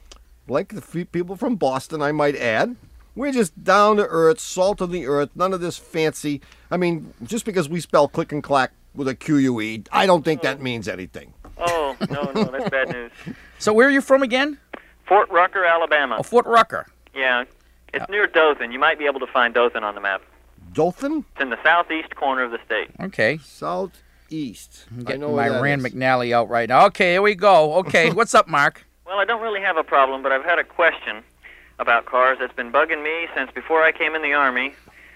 Speaker 3: like the fe- people from Boston, I might add. We're just down to earth, salt of the earth, none of this fancy. I mean, just because we spell click and clack with a Q U E, I don't think
Speaker 2: Mm.
Speaker 3: that means anything.
Speaker 13: Oh, no, no, that's bad news.
Speaker 2: So where are you from again?
Speaker 13: Fort Rucker, Alabama.
Speaker 2: Oh, Fort Rucker.
Speaker 13: Yeah, it's near Dothan. You might be able to find Dothan on the map.
Speaker 3: Dothan?
Speaker 13: It's in the southeast corner of the state.
Speaker 2: Okay.
Speaker 3: Southeast.
Speaker 2: I'm
Speaker 13: know
Speaker 2: getting
Speaker 13: where
Speaker 2: my
Speaker 13: that
Speaker 2: Rand McNally out right now. Okay, here we go. Okay, what's up, Mark?
Speaker 13: Well, I don't really have a problem, but I've had a question about cars that's been bugging me since before I came in the Army.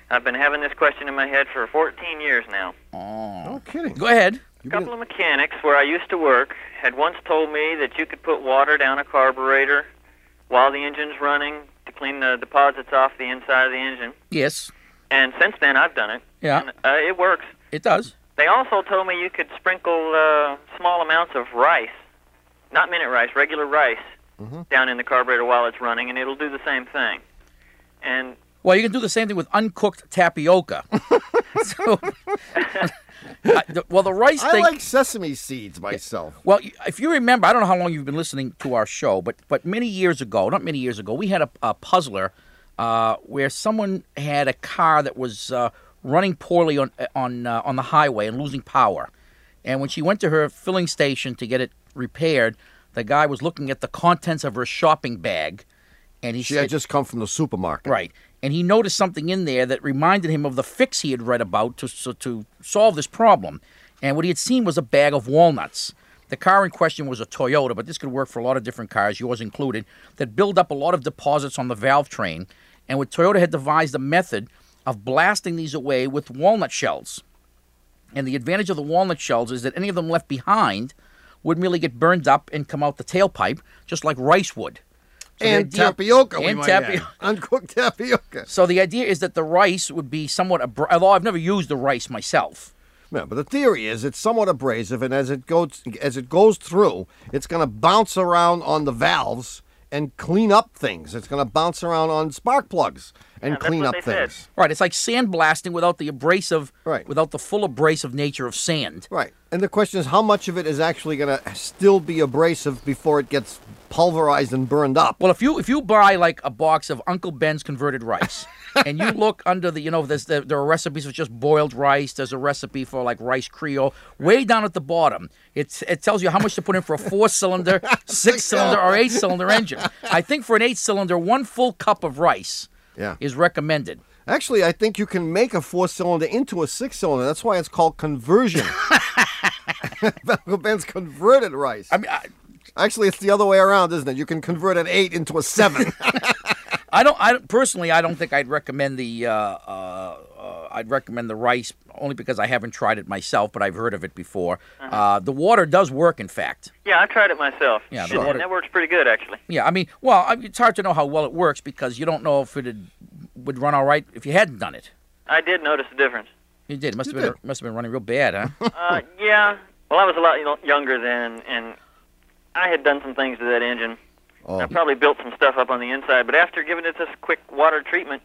Speaker 13: I've been having this question in my head for 14 years now.
Speaker 2: Oh,
Speaker 3: kidding.
Speaker 2: Go ahead.
Speaker 13: A couple of mechanics where I used to work had once told me that you could put water down a carburetor while the engine's running to clean the deposits off the inside of the engine.
Speaker 2: Yes.
Speaker 13: And since then, I've done it.
Speaker 2: Yeah.
Speaker 13: Uh, it works.
Speaker 2: It does.
Speaker 13: They also told me you could sprinkle uh, small amounts of rice, not minute rice, regular rice, down in the carburetor while it's running, and it'll do the same thing. And
Speaker 2: Well, you can do the same thing with uncooked tapioca. so, I- the- well, the rice
Speaker 3: I
Speaker 2: thing.
Speaker 3: like sesame seeds myself.
Speaker 2: well, you- if you remember, I don't know how long you've been listening to our show, but but many years ago, not many years ago, we had a, a puzzler uh, where someone had a car that was uh, running poorly on on uh, on the highway and losing power, and when she went to her filling station to get it repaired, the guy was looking at the contents of her shopping bag, and he
Speaker 3: She
Speaker 2: said,
Speaker 3: had just come from the supermarket.
Speaker 2: Right. And he noticed something in there that reminded him of the fix he had read about to, so, to solve this problem. And what he had seen was a bag of walnuts. The car in question was a Toyota, but this could work for a lot of different cars, yours included, that build up a lot of deposits on the valve train. And what Toyota had devised a method of blasting these away with walnut shells. And the advantage of the walnut shells is that any of them left behind would merely get burned up and come out the tailpipe, just like rice would. So the
Speaker 3: and
Speaker 2: idea-
Speaker 3: tapioca, we
Speaker 2: and
Speaker 3: might add.
Speaker 2: tapio-
Speaker 3: Uncooked tapioca.
Speaker 2: So the idea is that the rice would be somewhat, abra- although I've never used the rice myself.
Speaker 3: Yeah, but the theory is it's somewhat abrasive, and as it goes as it goes through, it's going to bounce around on the valves and clean up things. It's going to bounce around on spark plugs and clean up things.
Speaker 2: Right, it's like sandblasting without the abrasive, right. without the full abrasive nature of sand.
Speaker 3: Right, and the question is how much of it is actually going to still be abrasive before it gets pulverized and burned up.
Speaker 2: Well, if you if you buy like a box of Uncle Ben's converted rice, and you look under the you know there's there, there are recipes for just boiled rice. There's a recipe for like rice Creole. Way down at the bottom, it's it tells you how much to put in for a four cylinder, six cylinder, or eight cylinder engine. I think for an eight cylinder, one full cup of rice
Speaker 3: Yeah.
Speaker 2: is recommended.
Speaker 3: Actually, I think you can make a four-cylinder into a six-cylinder. That's why it's called conversion. Uncle Ben's converted rice. I
Speaker 2: mean,
Speaker 3: actually, it's the other way around, isn't it? You can convert an eight into a seven.
Speaker 2: I don't. I don't- personally, I don't think I'd recommend the. Uh, uh, uh, I'd recommend the rice only because I haven't tried it myself, but I've heard of it before. uh the water does work, in fact.
Speaker 13: yeah, I tried it myself.
Speaker 2: Yeah, the
Speaker 13: and,
Speaker 2: water-
Speaker 13: and that works pretty good actually.
Speaker 2: Yeah, I mean, well, I, it's hard to know how well it works because you don't know if it had would run all right if you hadn't done it.
Speaker 13: I did notice the difference.
Speaker 2: You did. It must
Speaker 13: You
Speaker 2: have been must have been running real bad, huh?
Speaker 13: Uh, yeah. Well, I was a lot you know, younger then, and I had done some things to that engine.
Speaker 3: Oh.
Speaker 13: I probably built some stuff up on the inside, but after giving it this quick water treatment,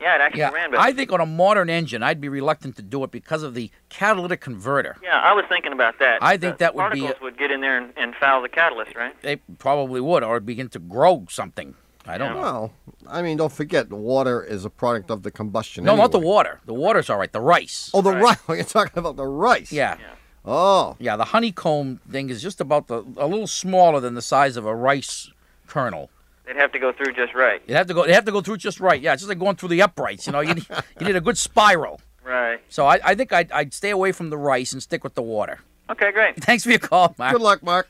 Speaker 13: yeah, it actually
Speaker 2: yeah.
Speaker 13: ran better.
Speaker 2: I think on a modern engine, I'd be reluctant to do it because of the catalytic converter.
Speaker 13: Yeah, I was thinking about that.
Speaker 2: I think
Speaker 13: The
Speaker 2: that would be
Speaker 13: particles would get in there and, and foul the catalyst, right?
Speaker 2: They probably would, or begin to grow something. I don't know.
Speaker 3: Well, I mean, don't forget, water is a product of the combustion.
Speaker 2: No, not the
Speaker 3: anyway.
Speaker 2: water. The water's all right. The rice.
Speaker 3: Oh, the rice. You're talking about the rice.
Speaker 2: Yeah.
Speaker 3: Oh.
Speaker 2: Yeah, the honeycomb thing is just about the, a little smaller than the size of a rice kernel.
Speaker 13: They'd have to go through just right.
Speaker 2: You have to go. They have to go through just right. Yeah, it's just like going through the uprights. You know, you need, you need a good spiral.
Speaker 13: Right.
Speaker 2: So I, I think I'd, I'd stay away from the rice and stick with the water.
Speaker 13: Okay, great.
Speaker 2: Thanks for your call, Mark.
Speaker 13: Good
Speaker 3: luck, Mark.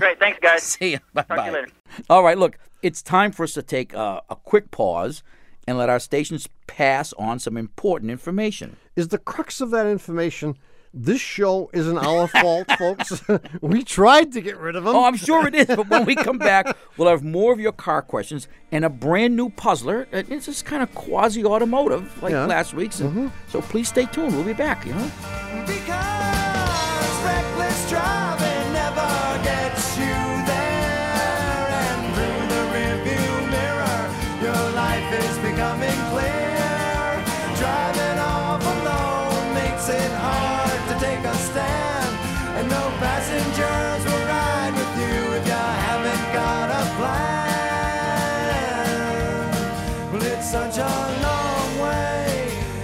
Speaker 13: great. Thanks, guys.
Speaker 2: See you. Bye
Speaker 13: Talk to you later.
Speaker 2: All right, look, it's time for us to take uh, a quick pause and let our stations pass on some important information.
Speaker 3: Is the crux of that information this show isn't our fault, folks? we tried to get rid of them.
Speaker 2: Oh, I'm sure it is. But when we come back, we'll have more of your car questions and a brand new puzzler. Uh, It's just kind of quasi automotive like
Speaker 14: Yeah.
Speaker 2: last week's. And
Speaker 3: Mm-hmm.
Speaker 2: So please stay tuned. We'll be back, you know?
Speaker 14: Reckless driving never gets you there. And through the rearview mirror, your life is becoming clear. Driving off alone makes it hard to take a stand. And no passengers will ride with you if you haven't got a plan. Well, it's such a long way.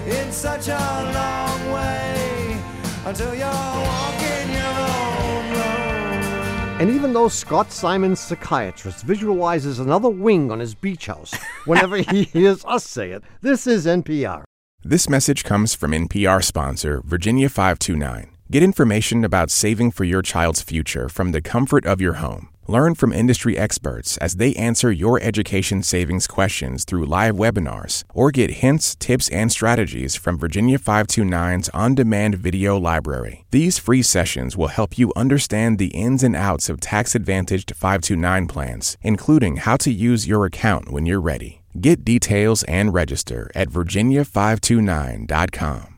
Speaker 14: It's such a long way until you're walking your own road.
Speaker 3: And even though Scott Simon's psychiatrist visualizes another wing on his beach house whenever he hears us say it, this is NPR.
Speaker 1: This message comes from NPR sponsor Virginia 529. Get information about saving for your child's future from the comfort of your home. Learn from industry experts as they answer your education savings questions through live webinars, or get hints, tips, and strategies from Virginia 529's on demand video library. These free sessions will help you understand the ins and outs of tax advantaged 529 plans, including how to use your account when you're ready. Get details and register at virginia529.com.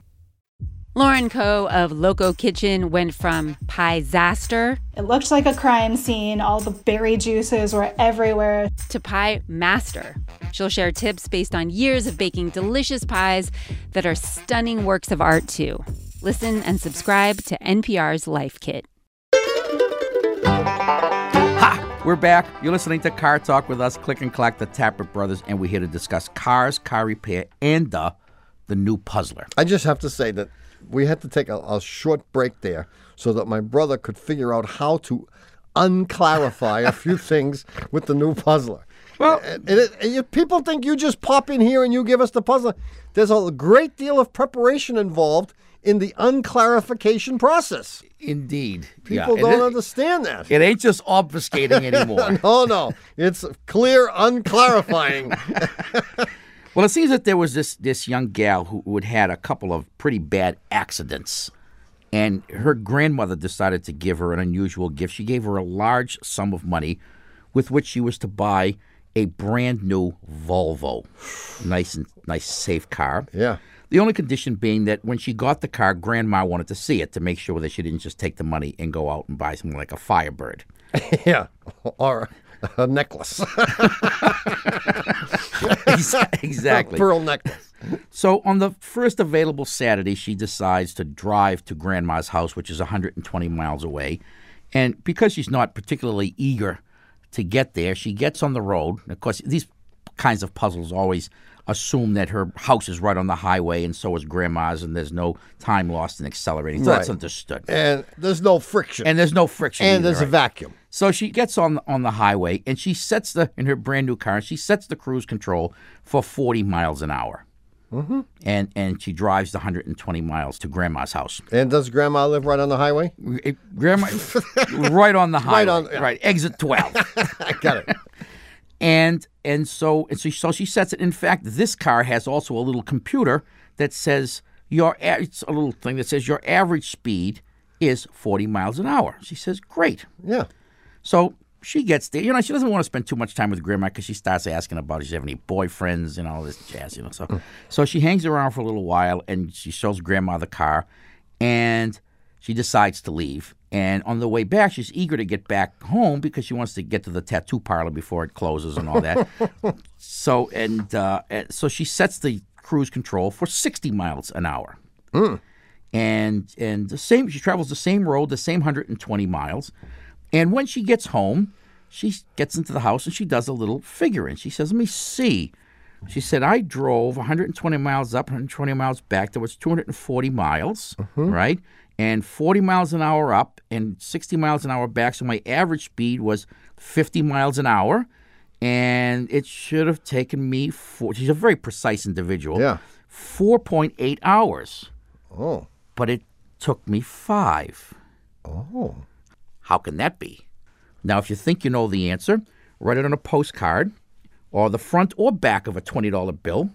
Speaker 15: Lauren Coe of Loco Kitchen went from pie disaster
Speaker 16: It looked like a crime scene. All the berry juices were everywhere.
Speaker 15: to pie master. She'll share tips based on years of baking delicious pies that are stunning works of art, too. Listen and subscribe to NPR's Life Kit.
Speaker 2: We're back. You're listening to Car Talk with us, Click and Clack, the Tapper Brothers, and we're here to discuss cars, car repair, and uh, the new puzzler.
Speaker 3: I just have to say that we had to take a, a short break there so that my brother could figure out how to unclarify a few things with the new puzzler. Well, and, and it- and you- people think you just pop in here and you give us the puzzler. There's a great deal of preparation involved in the unclarification process.
Speaker 2: Indeed. Yeah,
Speaker 3: People
Speaker 2: it
Speaker 3: don't
Speaker 2: is-
Speaker 3: understand that.
Speaker 2: It ain't just obfuscating anymore.
Speaker 3: no, no. It's clear, unclarifying.
Speaker 2: Well, it seems that there was this this young gal who, who had had a couple of pretty bad accidents, and her grandmother decided to give her an unusual gift. She gave her a large sum of money, with which she was to buy a brand new Volvo, nice and nice safe car.
Speaker 3: Yeah.
Speaker 2: The only condition being that when she got the car, grandma wanted to see it to make sure that she didn't just take the money and go out and buy something like a Firebird.
Speaker 3: yeah. Or a necklace.
Speaker 2: exactly.
Speaker 3: A pearl necklace.
Speaker 2: So on the first available Saturday, she decides to drive to Grandma's house, which is 120 miles away. And because she's not particularly eager to get there, she gets on the road. Of course, these kinds of puzzles always assume that her house is right on the highway, and so is Grandma's, and there's no time lost in accelerating. So that's
Speaker 3: Right.
Speaker 2: understood.
Speaker 3: And there's no friction.
Speaker 2: And there's no friction.
Speaker 3: And
Speaker 2: either,
Speaker 3: there's a
Speaker 2: right?
Speaker 3: vacuum.
Speaker 2: So she gets on on the highway and she sets the in her brand new car. She sets the cruise control for 40 miles an hour,
Speaker 3: Mm-hmm.
Speaker 2: and and she drives the 120 miles to Grandma's house.
Speaker 3: And does Grandma live right on the highway?
Speaker 2: grandma, right on the highway,
Speaker 3: Right on- yeah.
Speaker 2: right exit 12.
Speaker 3: I got it.
Speaker 2: and and so and so, so she sets it. In fact, this car has also a little computer that says your a- it's a little thing that says your average speed is 40 miles an hour. She says, "Great."
Speaker 3: Yeah.
Speaker 2: So she gets there. You know, she doesn't want to spend too much time with Grandma because she starts asking about if she has any boyfriends and all this jazz. You know, so so she hangs around for a little while and she shows Grandma the car, and she decides to leave. And on the way back, she's eager to get back home because she wants to get to the tattoo parlor before it closes and all that. so and uh, and so she sets the cruise control for 60 miles an hour and and the same she travels the same road the same 120 miles and when she gets home she gets into the house and she does a little figure and she says let me see she said i drove 120 miles up 120 miles back that was 240 miles right and 40 miles an hour up and 60 miles an hour back so my average speed was 50 miles an hour and it should have taken me four she's a very precise individual yeah 4.8 hours Oh. But it took me five. Oh. How can that be? Now, if you think you know the answer, write it on a postcard or the front or back of a $20 bill.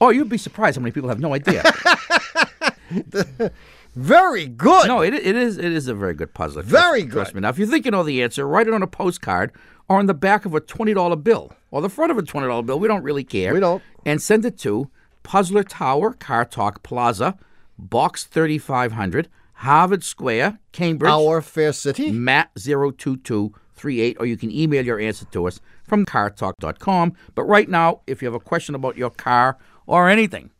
Speaker 2: oh, you'd be surprised how many people have no idea. very good. No, it, it is it is a very good puzzle. Very good. Trust me. Now, if you think you know the answer, write it on a postcard or on the back of a $20 bill or the front of a $20 bill. We don't really care. We don't. And send it to Puzzler Tower, Car Talk Plaza, Box 3500, Harvard Square, Cambridge. Our fair city. Matt02238, or you can email your answer to us from cartalk.com. But right now, if you have a question about your car or anything,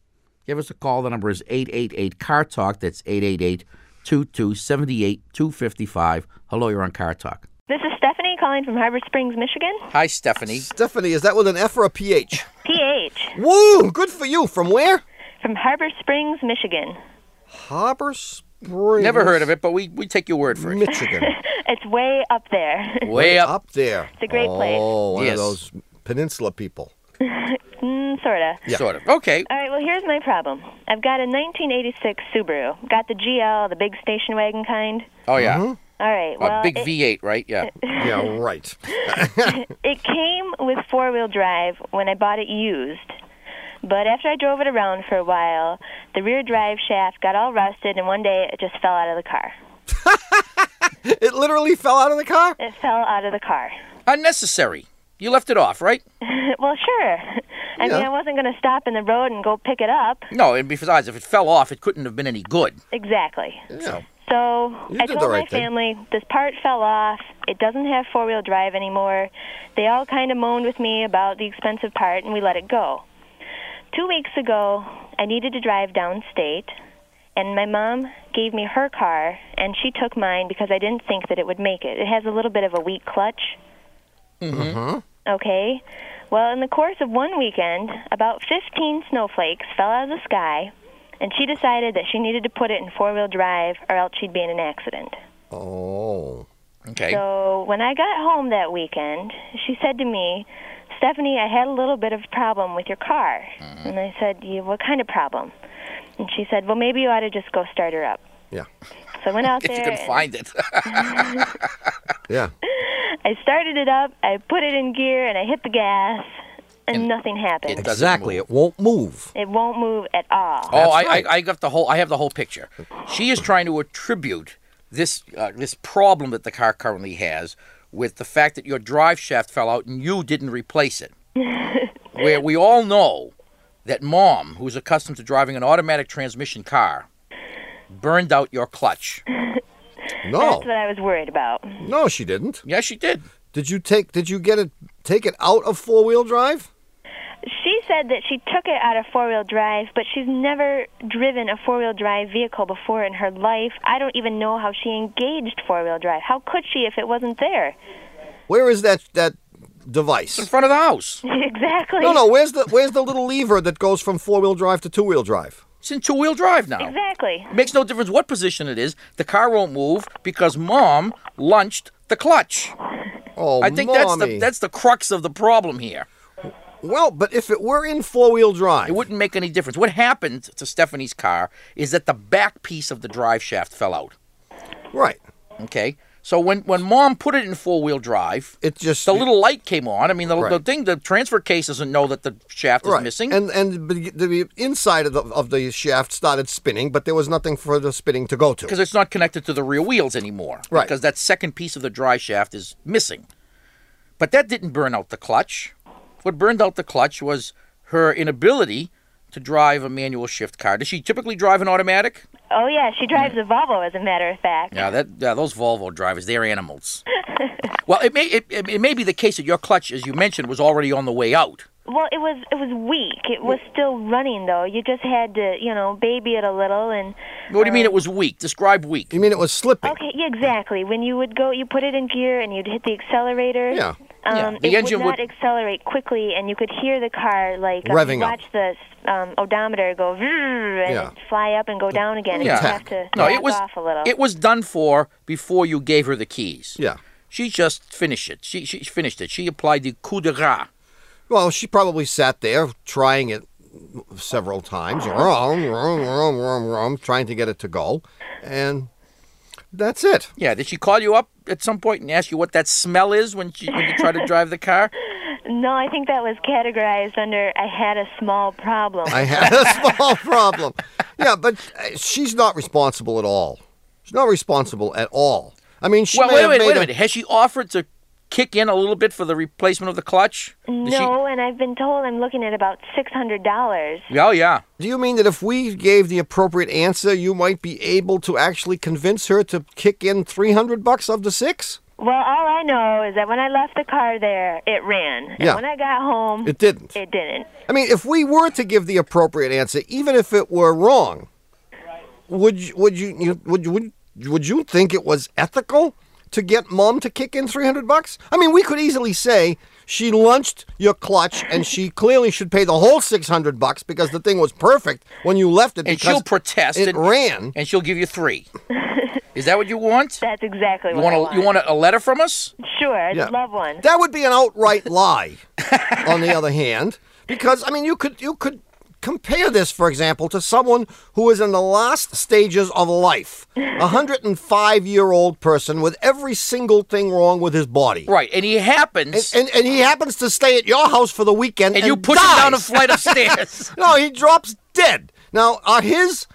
Speaker 2: give us a call. The number is 888 Car Talk. That's 888 2278 255. Hello, you're on Car Talk.
Speaker 17: This is Stephanie calling from Harbor Springs, Michigan.
Speaker 2: Hi, Stephanie.
Speaker 3: Stephanie, is that with an F or a PH?
Speaker 17: PH
Speaker 3: Woo! Good for you. From where?
Speaker 17: from Harbor Springs, Michigan.
Speaker 3: Harbor Springs.
Speaker 2: Never heard of it, but we, we take your word for it. Michigan.
Speaker 17: It's way up there.
Speaker 2: Way up.
Speaker 3: there.
Speaker 17: It's a great
Speaker 3: oh,
Speaker 17: place.
Speaker 3: one
Speaker 2: Yes.
Speaker 3: of those peninsula people.
Speaker 17: mm, sorta.
Speaker 3: Yeah. Sort
Speaker 2: of. Okay.
Speaker 17: All right. Well, here's my problem. I've got a 1986 Subaru. Got the GL, the big station wagon kind.
Speaker 2: Oh, yeah.
Speaker 3: Mm-hmm.
Speaker 17: All right. Well,
Speaker 2: a big
Speaker 17: it,
Speaker 2: V8, right? Yeah.
Speaker 17: Yeah,
Speaker 2: right.
Speaker 17: it came with four-wheel drive when I bought it used. But after I drove it around for a while, the rear drive shaft got all rusted, and one day it just fell out of the car.
Speaker 3: it literally fell out of the car?
Speaker 17: It fell out of the car.
Speaker 2: Unnecessary. You left it off, right?
Speaker 17: well, sure. I mean,
Speaker 2: Yeah.
Speaker 17: I wasn't going to stop in the road and go pick it up.
Speaker 2: No, and besides, if it fell off, it couldn't have been any good.
Speaker 17: Exactly.
Speaker 2: So.
Speaker 17: So
Speaker 2: You
Speaker 17: I
Speaker 2: did
Speaker 17: told
Speaker 2: the right
Speaker 17: my
Speaker 2: thing.
Speaker 17: family this part fell off. It doesn't have four wheel drive anymore. They all kind of moaned with me about the expensive part, and we let it go. Two weeks ago, I needed to drive downstate, and my mom gave me her car, and she took mine because I didn't think that it would make it. It has a little bit of a weak clutch.
Speaker 14: Mm-hmm.
Speaker 17: Okay. Well, in the course of one weekend, about 15 snowflakes fell out of the sky, and she decided that she needed to put it in four wheel drive or else she'd be in an accident.
Speaker 3: Oh.
Speaker 2: Okay.
Speaker 17: So when I got home that weekend, she said to me, Stephanie, I had a little bit of a problem with your car. And I said, you, What kind of problem? And she said, Well, maybe you ought to just go start her up.
Speaker 3: Yeah.
Speaker 17: So I went out
Speaker 2: if
Speaker 17: there.
Speaker 2: you can
Speaker 17: and-
Speaker 2: find it.
Speaker 3: yeah.
Speaker 17: I started it up, I put it in gear, and I hit the gas, and, nothing happened.
Speaker 3: Exactly. It won't move.
Speaker 17: It won't move at all.
Speaker 2: Oh, I, I, I got the whole. I have the whole picture. She is trying to attribute this uh, this problem that the car currently has with the fact that your drive shaft fell out and you didn't replace it. Where we all know that mom, who's accustomed to driving an automatic transmission car, burned out your clutch.
Speaker 17: That's what I was worried about.
Speaker 3: No, she didn't.
Speaker 2: Yes, she did.
Speaker 3: Did you take did you get it take it out of four wheel drive?
Speaker 17: She said that she took it out of four wheel drive, but she's never driven a four wheel drive vehicle before in her life. I don't even know how she engaged four wheel drive. How could she if it wasn't there?
Speaker 3: Where is that that device? In
Speaker 2: front of the house.
Speaker 17: exactly.
Speaker 3: No, no, where's the where's the little lever that goes from four wheel drive to two wheel drive?
Speaker 2: It's in two wheel drive now.
Speaker 17: Exactly.
Speaker 2: It makes no difference what position it is. The car won't move because mom lunched the clutch.
Speaker 3: Oh,
Speaker 2: I think that's the
Speaker 3: mommy.
Speaker 2: that's the crux of the problem here.
Speaker 3: Well, but if it were in four wheel drive,
Speaker 2: it wouldn't make any difference. What happened to Stephanie's car is that the back piece of the drive shaft fell out.
Speaker 3: Right.
Speaker 2: Okay. So when, when mom put it in four wheel drive,
Speaker 3: it just
Speaker 2: the little light came on. I mean, the, the
Speaker 3: Right.
Speaker 2: thing the transfer case doesn't know that the shaft is
Speaker 3: right.
Speaker 2: missing.
Speaker 3: And and the, the inside of the, of the shaft started spinning, but there was nothing for the spinning to go to.
Speaker 2: because it's not connected to the rear wheels anymore.
Speaker 3: Right.
Speaker 2: Because that second piece of the dry shaft is missing. But that didn't burn out the clutch. What burned out the clutch was her inability to drive a manual shift car. Does she typically drive an automatic?
Speaker 17: Oh, yeah, she drives a Volvo, as a matter of fact.
Speaker 2: Yeah, that yeah, those Volvo drivers, they're animals. well, it may it, it it may be the case that your clutch, as you mentioned, was already on the way out.
Speaker 17: Well, it was it was weak. It was still running though. You just had to, you know, baby it a little and
Speaker 2: What do you mean it was weak? Describe weak.
Speaker 3: Uh, You mean it was slipping?
Speaker 17: Okay, yeah, exactly. When you would go, you put it in gear and you'd hit the accelerator.
Speaker 3: Yeah.
Speaker 17: Um,
Speaker 3: Yeah. The
Speaker 17: it
Speaker 3: engine
Speaker 17: would not
Speaker 3: would-
Speaker 17: accelerate quickly, and you could hear the car like uh,
Speaker 3: Revving up.
Speaker 17: watch the um, odometer go vrrr, and
Speaker 2: Yeah.
Speaker 17: it'd fly up and go down again. And you have to
Speaker 2: no, it
Speaker 17: back
Speaker 2: was
Speaker 17: off a little.
Speaker 2: it was done for before you gave her the keys.
Speaker 3: Yeah.
Speaker 2: She just finished it. She she finished it. She applied the coup de grace.
Speaker 3: Well, she probably sat there trying it several times,
Speaker 2: Uh-huh.
Speaker 3: wrong, wrong, wrong, wrong, wrong, trying to get it to go, and that's it.
Speaker 2: Yeah, did she call you up at some point and ask you what that smell is when she when you try to drive the car?
Speaker 17: No, I think that was categorized under I had a small problem.
Speaker 3: I had a small problem. Yeah, but uh, she's not responsible at all. She's not responsible at all. I mean, she
Speaker 2: well,
Speaker 3: may
Speaker 2: wait a
Speaker 3: have
Speaker 2: minute,
Speaker 3: made
Speaker 2: wait a
Speaker 3: a-
Speaker 2: minute. Has she offered to kick in a little bit for the replacement of the clutch? Did she-
Speaker 17: No, and I've been told I'm looking at about six hundred dollars.
Speaker 2: Oh, yeah.
Speaker 3: Do you mean that if we gave the appropriate answer, you might be able to actually convince her to kick in 300 bucks of the six?
Speaker 17: Well, all I know is that when I left the car there, it ran.
Speaker 3: Yeah.
Speaker 17: And when I got home,
Speaker 3: It didn't.
Speaker 17: It didn't.
Speaker 3: I mean, if we were to give the appropriate answer, even if it were wrong, would you, would you, you would you, would you- would you think it was ethical to get mom to kick in 300 bucks? I mean, we could easily say she lunched your clutch and she clearly should pay the whole 600 bucks because the thing was perfect when you left it
Speaker 2: And
Speaker 3: because
Speaker 2: she'll protest.
Speaker 3: it
Speaker 2: and,
Speaker 3: ran.
Speaker 2: and she'll give you three. Is that what you want?
Speaker 17: That's exactly
Speaker 2: you
Speaker 17: what
Speaker 2: want.
Speaker 17: I
Speaker 2: A, you want a, a letter from us?
Speaker 17: Sure, I'd
Speaker 3: Yeah.
Speaker 17: love one.
Speaker 3: That would be an outright lie. on the other hand, because I mean, you could you could compare this, for example, to someone who is in the last stages of life, a hundred and five year old person with every single thing wrong with his body.
Speaker 2: Right, and he happens.
Speaker 3: And, and, he happens to stay at your house for the weekend, and,
Speaker 2: you push him
Speaker 3: dies.
Speaker 2: down a flight of stairs.
Speaker 3: no, he drops dead. Now, are his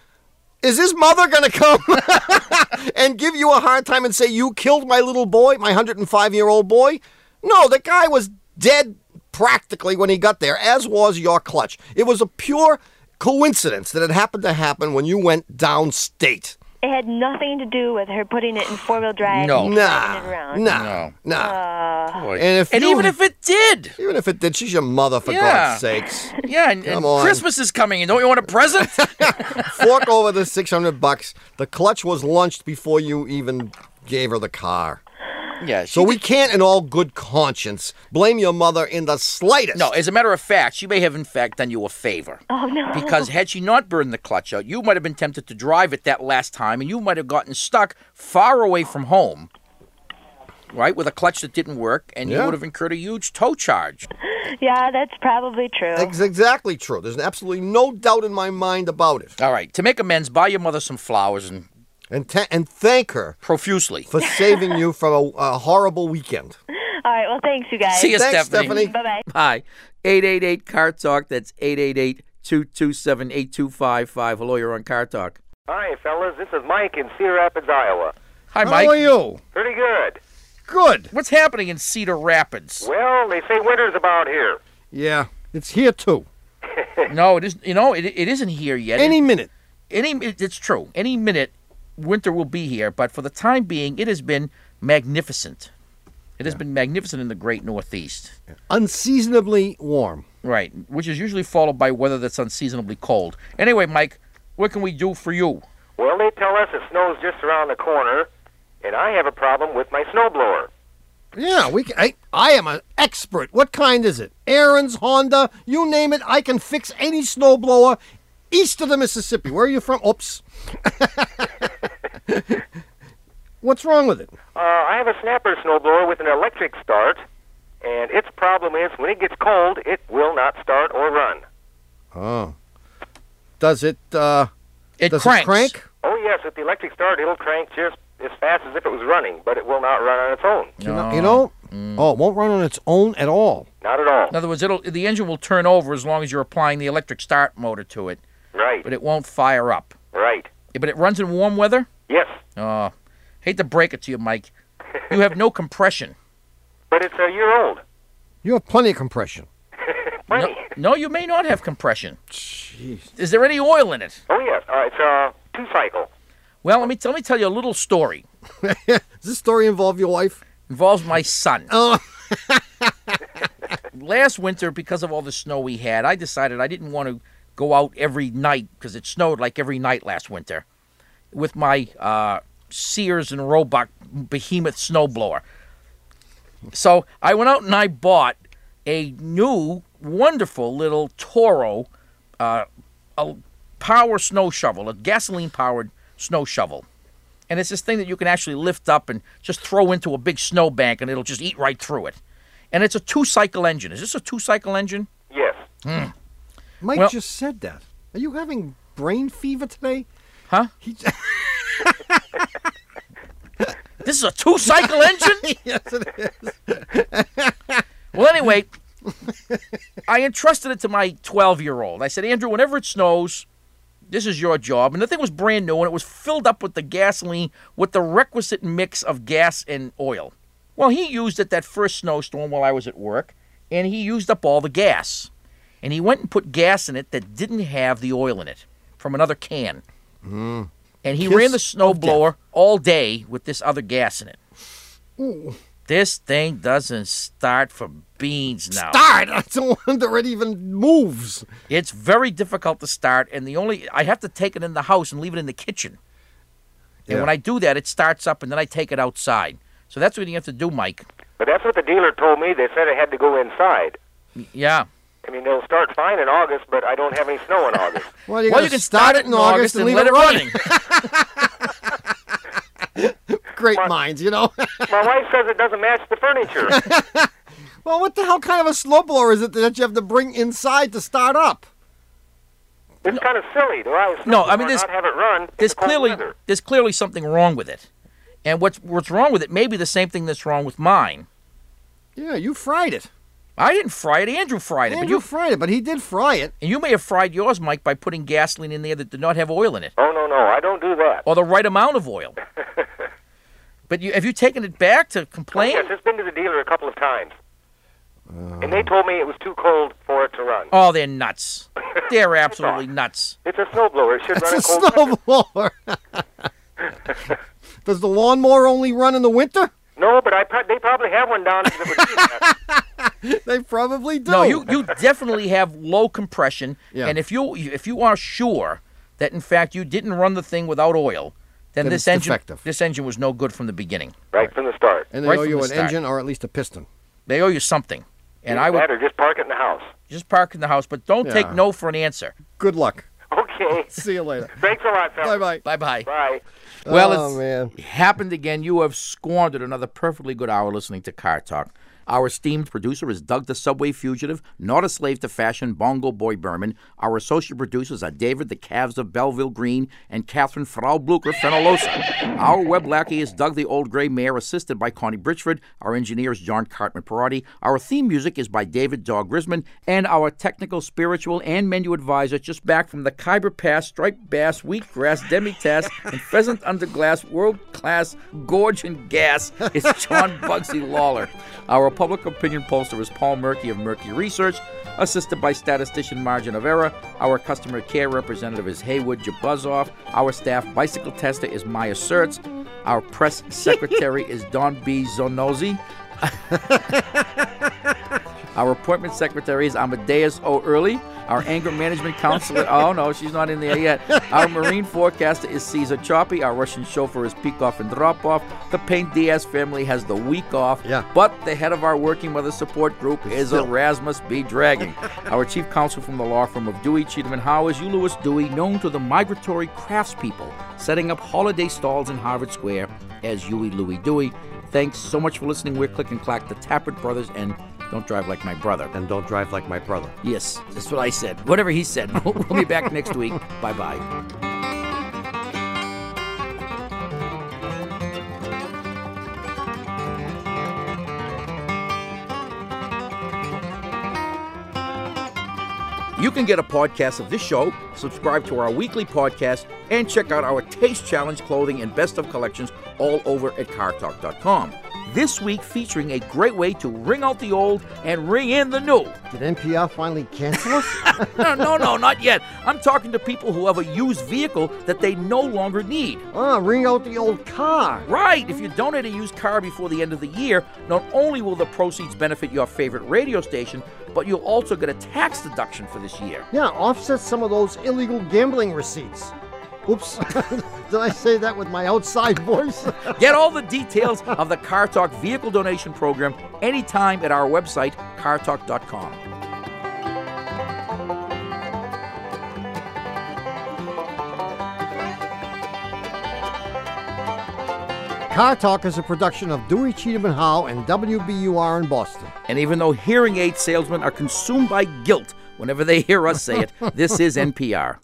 Speaker 3: is his mother going to come and give you a hard time and say you killed my little boy, my 105-year-old boy? No, the guy was dead practically when he got there, as was your clutch. It was a pure coincidence that it happened to happen when you went downstate.
Speaker 17: It had nothing to do with her putting it in four wheel drive.
Speaker 3: No.
Speaker 17: and
Speaker 3: Nah.
Speaker 17: driving it around.
Speaker 3: Nah. No.
Speaker 17: Uh,
Speaker 3: And if
Speaker 2: And
Speaker 3: you-
Speaker 2: even if it did,
Speaker 3: even if it did, she's your mother for
Speaker 2: Yeah.
Speaker 3: God's sakes.
Speaker 2: yeah, and,
Speaker 3: Come
Speaker 2: and
Speaker 3: on.
Speaker 2: Christmas is coming, and don't you want a present?
Speaker 3: Fork over the 600 bucks. The clutch was launched before you even gave her the car.
Speaker 2: yeah.
Speaker 3: So we can't, in all good conscience, blame your mother in the slightest.
Speaker 2: No, as a matter of fact, she may have in fact done you a favor.
Speaker 17: Oh no.
Speaker 2: Because had she not burned the clutch out, you might have been tempted to drive it that last time, and you might have gotten stuck far away from home, right, with a clutch that didn't work, and you
Speaker 3: Yeah.
Speaker 2: would have incurred a huge tow charge.
Speaker 17: yeah, that's probably true.
Speaker 3: That's exactly true. There's absolutely no doubt in my mind about it.
Speaker 2: All right, to make amends, buy your mother some flowers and
Speaker 3: and ta- and thank her
Speaker 2: profusely
Speaker 3: for saving you from a, a horrible weekend.
Speaker 17: All right. Well, thanks, you guys.
Speaker 2: See you, Stephanie.
Speaker 17: Bye bye.
Speaker 2: Hi. 888 Car Talk. That's 888 227 8255. Hello, you're on Car Talk.
Speaker 11: Hi, fellas. This is Mike in Cedar Rapids, Iowa.
Speaker 2: Hi, Mike. How are
Speaker 3: you?
Speaker 11: Pretty good.
Speaker 3: Good.
Speaker 2: What's happening in Cedar Rapids?
Speaker 11: Well, they say winter's about here.
Speaker 3: Yeah, it's here too.
Speaker 2: no, it isn't. You know, it, it isn't here yet.
Speaker 3: Any minute.
Speaker 2: Any, it- it's true. Any minute, winter will be here. But for the time being, it has been magnificent. It has been magnificent in the great Northeast.
Speaker 3: Unseasonably warm.
Speaker 2: Right, which is usually followed by weather that's unseasonably cold. Anyway, Mike, what can we do for you?
Speaker 11: Well, they tell us it snows just around the corner, and I have a problem with my snowblower.
Speaker 3: Yeah, we. Can, I I am an expert. What kind is it? Aaron's, Honda, you name it. I can fix any snowblower east of the Mississippi. Where are you from? Oops. What's wrong with it?
Speaker 11: Uh, I have a snapper snowblower with an electric start, and its problem is when it gets cold, it will not start or run.
Speaker 3: Oh. Does it? uh
Speaker 2: It
Speaker 3: does
Speaker 2: cranks.
Speaker 3: It crank?
Speaker 11: Oh, yes, with the electric start, it'll crank just as fast as if it was running, but it will not run on its own.
Speaker 3: You know, you know?
Speaker 2: Mm.
Speaker 3: oh, it won't run on its own at all.
Speaker 11: Not at all.
Speaker 2: In other words, it'll the engine will turn over as long as you're applying the electric start motor to it.
Speaker 11: Right.
Speaker 2: But it won't fire up.
Speaker 11: Right.
Speaker 2: But it runs in warm weather?
Speaker 11: Yes.
Speaker 2: Oh, hate to break it to you, Mike. You have no compression.
Speaker 11: But it's a year old.
Speaker 3: You have plenty of compression.
Speaker 2: No, no, you may not have compression. Jeez. Is there any oil in it?
Speaker 11: Oh yes. All right. It's a two cycle.
Speaker 2: Well, let me let me tell you a little story.
Speaker 3: Does this story involve your wife?
Speaker 2: Involves my son.
Speaker 3: Oh.
Speaker 2: Last winter, because of all the snow we had, I decided I didn't want to go out every night because it snowed like every night last winter with my uh, Sears and Roebuck behemoth snowblower. So I went out and I bought a new wonderful little Toro uh, a power snow shovel, a gasoline powered snow shovel. And it's this thing that you can actually lift up and just throw into a big snowbank and it'll just eat right through it. And it's a two cycle engine. Is this a two cycle engine?
Speaker 11: Yes.
Speaker 2: Hmm.
Speaker 3: Mike
Speaker 2: Well-
Speaker 3: just said that. Are you having brain fever today?
Speaker 2: Huh?
Speaker 3: He
Speaker 2: This is a two cycle engine?
Speaker 3: yes, it is.
Speaker 2: Well, anyway, I entrusted it to my 12 year old. I said, Andrew, whenever it snows, this is your job. And the thing was brand new and it was filled up with the gasoline with the requisite mix of gas and oil. Well, he used it that first snowstorm while I was at work and he used up all the gas. And he went and put gas in it that didn't have the oil in it from another can.
Speaker 14: Mm.
Speaker 2: And he
Speaker 14: Kiss
Speaker 2: ran the
Speaker 14: of death.
Speaker 2: snowblower all day with this other gas in it.
Speaker 3: Ooh.
Speaker 2: This thing doesn't start for beans now.
Speaker 3: Start! I don't wonder it even moves.
Speaker 2: It's very difficult to start, and the only I have to take it in the house and leave it in the kitchen. And
Speaker 11: Yeah.
Speaker 2: when I do that, it starts up, and then I take it outside. So that's what you have to do, Mike.
Speaker 11: But that's what the dealer told me. They said I had to go inside.
Speaker 2: Yeah.
Speaker 11: I mean, they'll start fine in August, but I don't have any snow in August.
Speaker 3: Well, you, gotta start, it in August and, leave
Speaker 2: let it
Speaker 3: it running. Great minds, you know.
Speaker 11: My wife says it doesn't match the furniture.
Speaker 3: well, what the hell kind of a snowblower is it that you have to bring inside to start up?
Speaker 11: It's kind of silly. Do I?
Speaker 2: No, I mean, there's-
Speaker 11: not have it run. in
Speaker 2: There's
Speaker 11: the cold
Speaker 2: clearly
Speaker 11: weather.
Speaker 2: there's clearly something wrong with it, and what's what's wrong with it may be the same thing that's wrong with mine.
Speaker 3: Yeah, you fried it.
Speaker 2: I didn't fry it. Andrew fried it, but
Speaker 3: Andrew
Speaker 2: you
Speaker 3: fried it, but he did fry it.
Speaker 2: and you may have fried yours, Mike, by putting gasoline in there that did not have oil in it.
Speaker 11: Oh no, no, I don't do that.
Speaker 2: or the right amount of oil. but you, have you taken it back to complain?
Speaker 11: Oh, Yes, it's been to the dealer a couple of times, and
Speaker 3: Uh.
Speaker 11: they told me it was too cold for it to run.
Speaker 2: Oh, they're nuts. They're absolutely nuts.
Speaker 11: It's a snowblower. It should
Speaker 3: That's
Speaker 11: run
Speaker 3: a
Speaker 11: in cold.
Speaker 3: snowblower. Does the lawnmower only run in the winter?
Speaker 11: No, but I pro- they probably have one down. That would do that.
Speaker 3: They probably do.
Speaker 2: No, you, you definitely have low compression,
Speaker 3: Yeah.
Speaker 2: and if you if you are sure that in fact you didn't run the thing without oil, then,
Speaker 3: Then
Speaker 2: this
Speaker 3: it's
Speaker 2: engine
Speaker 3: defective.
Speaker 2: this engine was no good from the beginning.
Speaker 11: right from the start.
Speaker 3: And they
Speaker 2: Right
Speaker 3: owe
Speaker 2: from
Speaker 3: you
Speaker 2: the
Speaker 3: an
Speaker 2: start.
Speaker 3: engine or at least a piston.
Speaker 2: They owe you something, and I would
Speaker 11: Better just park it in the house.
Speaker 2: just park in the house, but don't take
Speaker 3: Yeah.
Speaker 2: no for an answer.
Speaker 3: Good luck.
Speaker 11: Okay.
Speaker 3: See you later.
Speaker 11: Thanks a lot, fellas.
Speaker 3: Bye bye.
Speaker 2: Bye bye.
Speaker 11: Bye.
Speaker 2: Well,
Speaker 3: Oh,
Speaker 2: it's
Speaker 3: man.
Speaker 2: happened again. You have squandered another perfectly good hour listening to Car Talk. Our esteemed producer is Doug the Subway Fugitive, not a slave to fashion, Bongo Boy Berman. Our associate producers are David the Calves of Belleville Green and Catherine Fraublucher Fenolosa. Our web lackey is Doug the Old Gray Mare, assisted by Connie Bridgeford. Our engineer is John Cartman Parati. Our theme music is by David Dog Grisman. And our technical, spiritual, and menu advisor, just back from the Khyber Pass, striped bass, wheatgrass, demi-tasse, and pheasant under glass, world-class gorge and gas is John Bugsy Lawler. Our public opinion pollster is Paul Murky of Murky Research, assisted by statistician Margin of Error. Our customer care representative is Haywood Jabuzoff. Our staff bicycle tester is Maya Sertz. Our press secretary is Don B. Zonozzi. Our appointment secretary is Amadeus O. Early. Our anger management counselor, oh no, she's not in there yet. Our marine forecaster is Caesar Choppy. Our Russian chauffeur is Peekoff and Dropoff. The Payne Diaz family has the week off.
Speaker 3: Yeah.
Speaker 2: But the head of our working mother support group is
Speaker 3: Still.
Speaker 2: Erasmus B. Dragon. our chief counsel from the law firm of Dewey, Cheatham and Howe is Ulysses Dewey, known to the migratory craftspeople setting up holiday stalls in Harvard Square as Huey Louie Dewey. Thanks so much for listening. We're Click and Clack, the Tappert Brothers, and don't drive like my brother.
Speaker 3: And don't drive like my brother.
Speaker 2: Yes, that's what I said. Whatever he said. We'll we'll be back next week. Bye bye. You can get a podcast of this show, subscribe to our weekly podcast, and check out our Taste Challenge clothing and best of collections all over at cartalk.com. This week featuring a great way to ring out the old and ring in the new.
Speaker 3: Did NPR finally cancel us?
Speaker 2: no, no, no, not yet. I'm talking to people who have a used vehicle that they no longer need.
Speaker 3: Ah, ring out the old car.
Speaker 2: Right. If you donate a used car before the end of the year, not only will the proceeds benefit your favorite radio station, but you'll also get a tax deduction for this year.
Speaker 3: yeah, offset some of those illegal gambling receipts. Oops. Did I say that with my outside voice?
Speaker 2: Get all the details of the Car Talk vehicle donation program anytime at our website, cartalk.com.
Speaker 3: Car Talk is a production of Dewey Cheatham and Howe and WBUR in Boston.
Speaker 2: And even though hearing aid salesmen are consumed by guilt whenever they hear us say it, this is NPR.